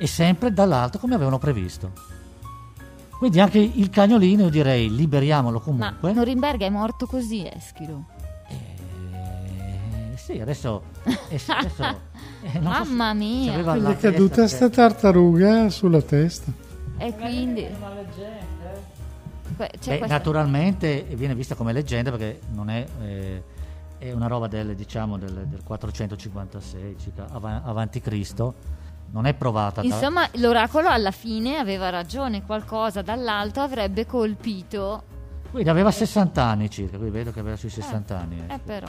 Speaker 2: E sempre dall'alto come avevano previsto. Quindi anche il cagnolino io direi liberiamolo
Speaker 1: Ma
Speaker 2: comunque.
Speaker 1: Norimberga è morto così, Eschilo.
Speaker 2: Eh, sì, adesso... eh, sì, adesso eh, non so se-
Speaker 1: Mamma
Speaker 2: se
Speaker 1: mia.
Speaker 2: aveva
Speaker 5: Gli
Speaker 2: la
Speaker 5: è caduta
Speaker 2: testa
Speaker 5: sta
Speaker 2: che-
Speaker 5: tartaruga sulla testa.
Speaker 1: E quindi... Que- c'è
Speaker 2: Beh,
Speaker 1: questa-
Speaker 2: naturalmente viene vista come leggenda perché non è, eh, è una roba del, diciamo, del, del 456 circa, ava- avanti Cristo, non è provata. da-
Speaker 1: Insomma, l'oracolo alla fine aveva ragione, qualcosa dall'alto avrebbe colpito.
Speaker 2: Quindi aveva 60 anni circa, quindi vedo che aveva sui 60 anni.
Speaker 1: Eh, però.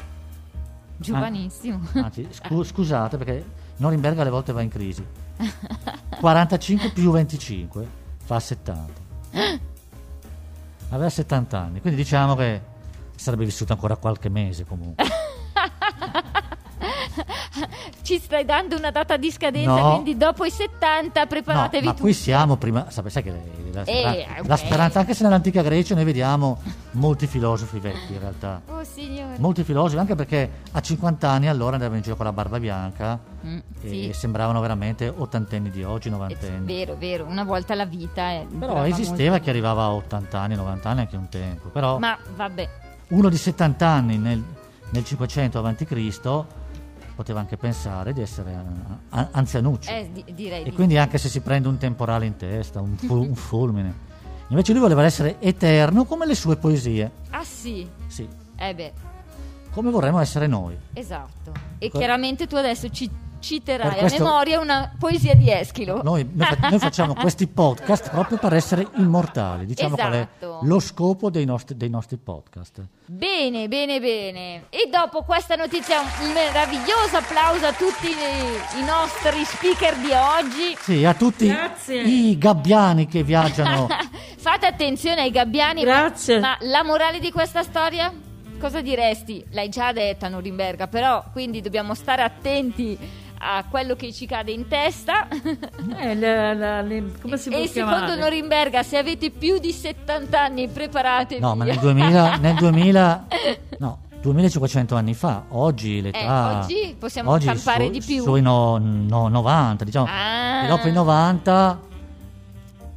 Speaker 1: Giovanissimo.
Speaker 2: Anzi, scu- scusate perché Norimberga alle volte va in crisi. 45 più 25 fa 70. Aveva 70 anni, quindi diciamo che sarebbe vissuto ancora qualche mese comunque.
Speaker 1: Ci stai dando una data di scadenza,
Speaker 2: No.
Speaker 1: quindi dopo i 70
Speaker 2: No,
Speaker 1: preparatevi
Speaker 2: ma
Speaker 1: tutti.
Speaker 2: qui siamo prima, sai, sai che la,
Speaker 1: Eh,
Speaker 2: la-
Speaker 1: ok.
Speaker 2: la speranza, anche se nell'antica Grecia noi vediamo molti filosofi vecchi in realtà.
Speaker 1: Oh signore.
Speaker 2: Molti filosofi, anche perché a 50 anni allora andavano in giro con la barba bianca
Speaker 1: Mm,
Speaker 2: e
Speaker 1: sì.
Speaker 2: sembravano veramente ottantenni di oggi,
Speaker 1: Eh,
Speaker 2: novantenni.
Speaker 1: Vero, vero, una volta la vita eh, è
Speaker 2: Però esisteva chi arrivava a 80 anni, 90 anni anche un tempo. Però
Speaker 1: Ma vabbè,
Speaker 2: uno di 70 anni nel, nel 500 a.C. poteva anche pensare di essere eh, an- anzianuccio.
Speaker 1: eh, di- direi
Speaker 2: E
Speaker 1: di
Speaker 2: quindi anche se si prende un temporale in testa, un, fu- un fulmine. Invece lui voleva essere eterno come le sue poesie.
Speaker 1: Ah sì.
Speaker 2: Sì,
Speaker 1: Eh beh,
Speaker 2: come vorremmo essere noi.
Speaker 1: esatto. E
Speaker 2: Que-
Speaker 1: chiaramente tu adesso ci
Speaker 2: Per
Speaker 1: citerai
Speaker 2: questo-
Speaker 1: a memoria una poesia di Eschilo.
Speaker 2: Noi, noi fa- noi facciamo questi podcast proprio per essere immortali, diciamo qual
Speaker 1: Esatto.
Speaker 2: è lo scopo dei nostri, dei nostri podcast.
Speaker 1: Bene, bene, bene. E dopo questa notizia, un meraviglioso applauso a tutti i, i nostri speaker di oggi.
Speaker 2: Sì, a tutti
Speaker 3: Grazie.
Speaker 2: i gabbiani che viaggiano.
Speaker 1: Fate attenzione ai gabbiani. ma-
Speaker 3: Grazie.
Speaker 1: Ma, la morale di questa storia? Cosa diresti? L'hai già detta Norimberga, però quindi dobbiamo stare attenti a quello che ci cade in testa.
Speaker 3: Eh, la- la- le- come si può
Speaker 1: e
Speaker 3: chiamare?
Speaker 1: secondo Norimberga, se avete più di 70 anni, preparatevi.
Speaker 2: No, ma nel 2000, nel 2000 no, 2500 anni fa, oggi l'età...
Speaker 1: Eh, oggi possiamo campare di più.
Speaker 2: Sui no- no- 90, diciamo.
Speaker 1: Ah.
Speaker 2: E dopo i 90...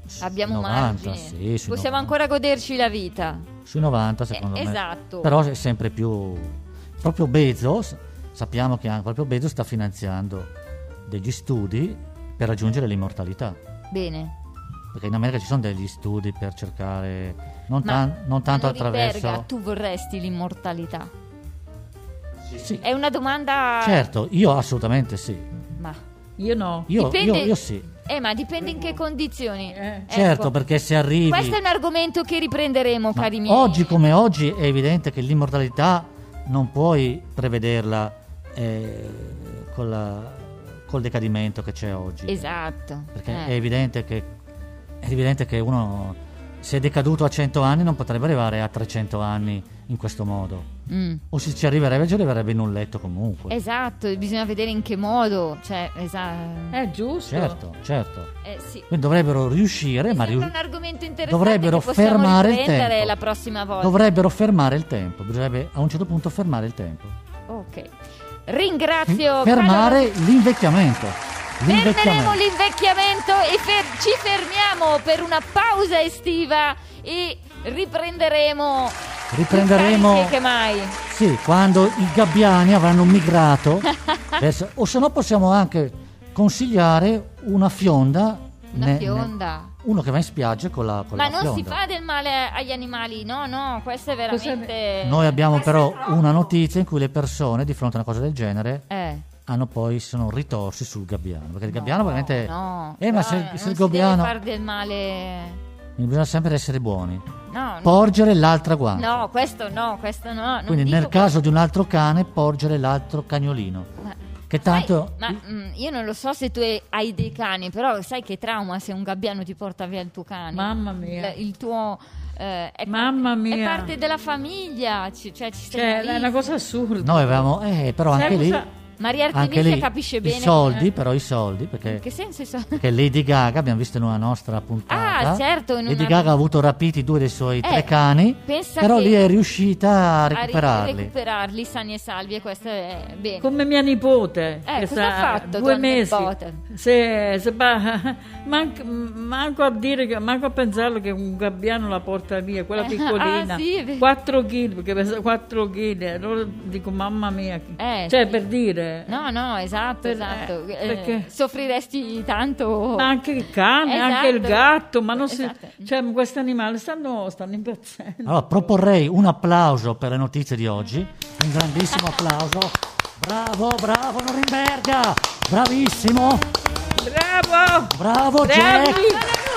Speaker 2: sui
Speaker 1: Abbiamo
Speaker 2: 90,
Speaker 1: margine.
Speaker 2: sì, sui
Speaker 1: Possiamo
Speaker 2: 90.
Speaker 1: ancora goderci la vita.
Speaker 2: Sui 90 secondo
Speaker 1: Eh,
Speaker 2: me.
Speaker 1: esatto.
Speaker 2: Però è sempre più... Proprio Bezos, sappiamo che anche proprio Bezos sta finanziando degli studi per raggiungere l'immortalità.
Speaker 1: Bene.
Speaker 2: Perché in America ci sono degli studi per cercare... Non,
Speaker 1: Ma
Speaker 2: tan- non tanto
Speaker 1: Norimberga,
Speaker 2: attraverso...
Speaker 1: tu vorresti l'immortalità?
Speaker 2: Sì.
Speaker 1: È una domanda...
Speaker 2: Certo, io assolutamente sì.
Speaker 1: Ma
Speaker 3: Io no.
Speaker 2: Io,
Speaker 1: Dipende-
Speaker 2: io- io sì.
Speaker 1: Eh, ma dipende in che condizioni.
Speaker 3: Eh.
Speaker 2: Certo,
Speaker 1: Ecco.
Speaker 2: perché se arrivi...
Speaker 1: Questo è un argomento che riprenderemo,
Speaker 2: Ma
Speaker 1: cari miei.
Speaker 2: oggi come oggi è evidente che l'immortalità non puoi prevederla eh, con la- col decadimento che c'è oggi.
Speaker 1: Esatto.
Speaker 2: Perché
Speaker 1: Eh.
Speaker 2: è, evidente che, è evidente che uno, se è decaduto a 100 anni, non potrebbe arrivare a 300 anni in questo modo.
Speaker 1: Mm.
Speaker 2: O se ci arriverebbe, ci arriverebbe in un letto comunque.
Speaker 1: Esatto, e bisogna vedere in che modo. Cioè, esatto.
Speaker 3: È Eh, giusto.
Speaker 2: Certo, certo.
Speaker 1: Eh, sì.
Speaker 2: Quindi dovrebbero riuscire, ma
Speaker 1: Sembra un
Speaker 2: riu-
Speaker 1: argomento interessante
Speaker 2: dovrebbero
Speaker 1: che possiamo
Speaker 2: fermare il
Speaker 1: riprendere
Speaker 2: tempo.
Speaker 1: la prossima volta.
Speaker 2: dovrebbero fermare il tempo. Bisognerebbe a un certo punto fermare il tempo.
Speaker 1: Ok. Ringrazio
Speaker 2: Mm. fermare l'invecchiamento.
Speaker 1: Paolo. oh, Fermeremo
Speaker 2: L'invecchiamento.
Speaker 1: l'invecchiamento e fer- ci fermiamo per una pausa estiva e riprenderemo più
Speaker 2: Riprenderemo
Speaker 1: carichi che mai.
Speaker 2: sì, quando i gabbiani avranno migrato. verso- o se no possiamo anche consigliare una fionda.
Speaker 1: Una
Speaker 2: ne- ne-
Speaker 1: fionda.
Speaker 2: uno che va in spiaggia con la, con
Speaker 1: Ma
Speaker 2: la
Speaker 1: non si
Speaker 2: fionda.
Speaker 1: fa del male agli animali, no, no, questo è veramente...
Speaker 2: Noi abbiamo però una notizia in cui le persone di fronte a una cosa del genere
Speaker 1: Eh,
Speaker 2: hanno poi si sono ritorsi sul gabbiano. Perché il gabbiano
Speaker 1: no,
Speaker 2: veramente.
Speaker 1: No,
Speaker 2: eh, ma
Speaker 1: no,
Speaker 2: se,
Speaker 1: non
Speaker 2: se il
Speaker 1: si deve
Speaker 2: gabbiano.
Speaker 1: far del male...
Speaker 2: Bisogna sempre essere buoni.
Speaker 1: No, no,
Speaker 2: Porgere l'altra guancia.
Speaker 1: no, questo no, questo no. non
Speaker 2: Quindi
Speaker 1: dico
Speaker 2: nel caso di un altro cane, porgere l'altro cagnolino. Che tanto...
Speaker 1: Ma mm, io non lo so se tu hai dei cani, però sai che trauma se un gabbiano ti porta via il tuo cane.
Speaker 3: Mamma mia.
Speaker 1: Il, il tuo... eh, è,
Speaker 3: Mamma mia.
Speaker 1: è parte della famiglia, ci- cioè ci stai
Speaker 3: Cioè, è
Speaker 1: malissimo.
Speaker 3: una cosa assurda.
Speaker 2: Noi avevamo... Eh, però anche
Speaker 3: Sai
Speaker 2: lì...
Speaker 3: cosa-
Speaker 1: Maria
Speaker 2: Anche
Speaker 1: Artemisia
Speaker 2: lì...
Speaker 1: capisce
Speaker 2: I
Speaker 1: bene...
Speaker 2: soldi, però i soldi, perché...
Speaker 1: In che senso i soldi?
Speaker 2: Perché Lady Gaga, abbiamo visto in una nostra puntata,
Speaker 1: Ah, certo, in
Speaker 2: Lady
Speaker 1: una-
Speaker 2: Gaga ha avuto rapiti due dei suoi
Speaker 1: Eh,
Speaker 2: tre cani,
Speaker 1: pensa
Speaker 2: però
Speaker 1: che-
Speaker 2: lì è riuscita a
Speaker 1: a ri-
Speaker 2: recuperarli.
Speaker 1: recuperarli sani e salvi e questo è bene.
Speaker 3: Come mia nipote.
Speaker 1: Eh, cosa
Speaker 3: che sta
Speaker 1: ha fatto
Speaker 3: Due
Speaker 1: tua
Speaker 3: mesi.
Speaker 1: nipote?
Speaker 3: Se, se va- manco, manco a dire, che- manco a pensarlo che un gabbiano la porta via, quella
Speaker 1: Eh,
Speaker 3: piccolina.
Speaker 1: ah, sì, è vero.
Speaker 3: 4 kg, perché pesa 4 kg. Allora dico, mamma mia.
Speaker 1: Eh,
Speaker 3: cioè,
Speaker 1: sì.
Speaker 3: per dire.
Speaker 1: No, no, esatto,
Speaker 3: Per-
Speaker 1: esatto.
Speaker 3: eh,
Speaker 1: Eh,
Speaker 3: perché-
Speaker 1: soffriresti tanto.
Speaker 3: Ma anche il cane,
Speaker 1: Esatto.
Speaker 3: anche il gatto, ma non
Speaker 1: Esatto.
Speaker 3: si, cioè, questi animali stanno, stanno impazzendo.
Speaker 2: Allora proporrei un applauso per le notizie di oggi, un grandissimo applauso. Bravo, bravo Norimberga, bravissimo,
Speaker 3: Bravo!
Speaker 2: bravo
Speaker 3: Bravi!
Speaker 2: Jack,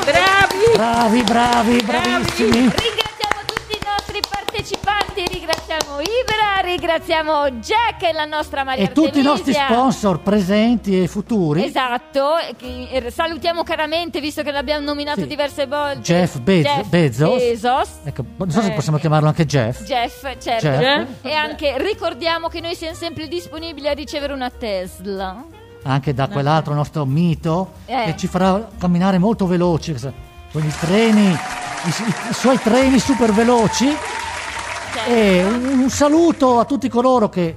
Speaker 3: Bravi!
Speaker 2: bravi, bravi, bravissimi.
Speaker 1: Ringraziamo tutti i nostri partecipanti, ringraziamo Ibra, ringraziamo Jack e la nostra Maria
Speaker 2: E tutti i nostri
Speaker 1: Artemisia.
Speaker 2: sponsor presenti e futuri.
Speaker 1: Esatto, e chi- e salutiamo caramente visto che l'abbiamo nominato
Speaker 2: Sì.
Speaker 1: diverse volte.
Speaker 2: Jeff Bez- Bezos.
Speaker 1: Bezos.
Speaker 2: Ecco, non so se possiamo chiamarlo anche Jeff.
Speaker 1: Jeff, certo.
Speaker 2: Jeff.
Speaker 3: Jeff.
Speaker 1: E anche ricordiamo che noi siamo sempre disponibili a ricevere una Tesla.
Speaker 2: anche da quell'altro nostro mito
Speaker 1: Eh.
Speaker 2: che ci farà camminare molto veloci che sa- con i treni, i, su- i suoi treni super veloci.
Speaker 1: Cioè,
Speaker 2: E un, un saluto a tutti coloro che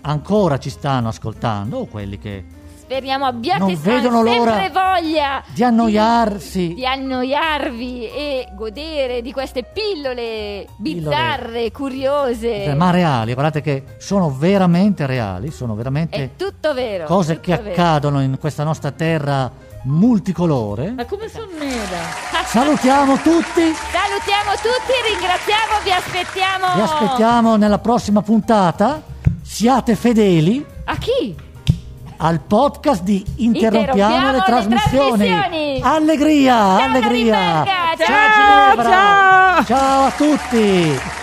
Speaker 2: ancora ci stanno ascoltando, o quelli che
Speaker 1: Speriamo abbiate
Speaker 2: Non
Speaker 1: san-
Speaker 2: vedono l'ora
Speaker 1: sempre voglia
Speaker 2: di annoiarsi. Eh,
Speaker 1: di annoiarvi e godere di queste pillole bizzarre, curiose.
Speaker 2: Cioè, ma reali, guardate che sono veramente reali, sono veramente
Speaker 1: È tutto vero.
Speaker 2: cose
Speaker 1: tutto
Speaker 2: che
Speaker 1: vero.
Speaker 2: accadono in questa nostra terra multicolore.
Speaker 3: Ma come sono nera?
Speaker 2: Salutiamo tutti.
Speaker 1: Salutiamo tutti, ringraziamo, vi aspettiamo.
Speaker 2: Vi aspettiamo nella prossima puntata. Siate fedeli
Speaker 1: A chi?
Speaker 2: al podcast di
Speaker 1: Interrompiamo
Speaker 2: Interrompiamo
Speaker 1: le
Speaker 2: le trasmissioni.
Speaker 1: trasmissioni.
Speaker 2: Allegria,
Speaker 1: Ciao,
Speaker 2: allegria.
Speaker 1: Norimberga,
Speaker 2: ciao,
Speaker 3: ciao.
Speaker 2: Ginevra. ciao a tutti.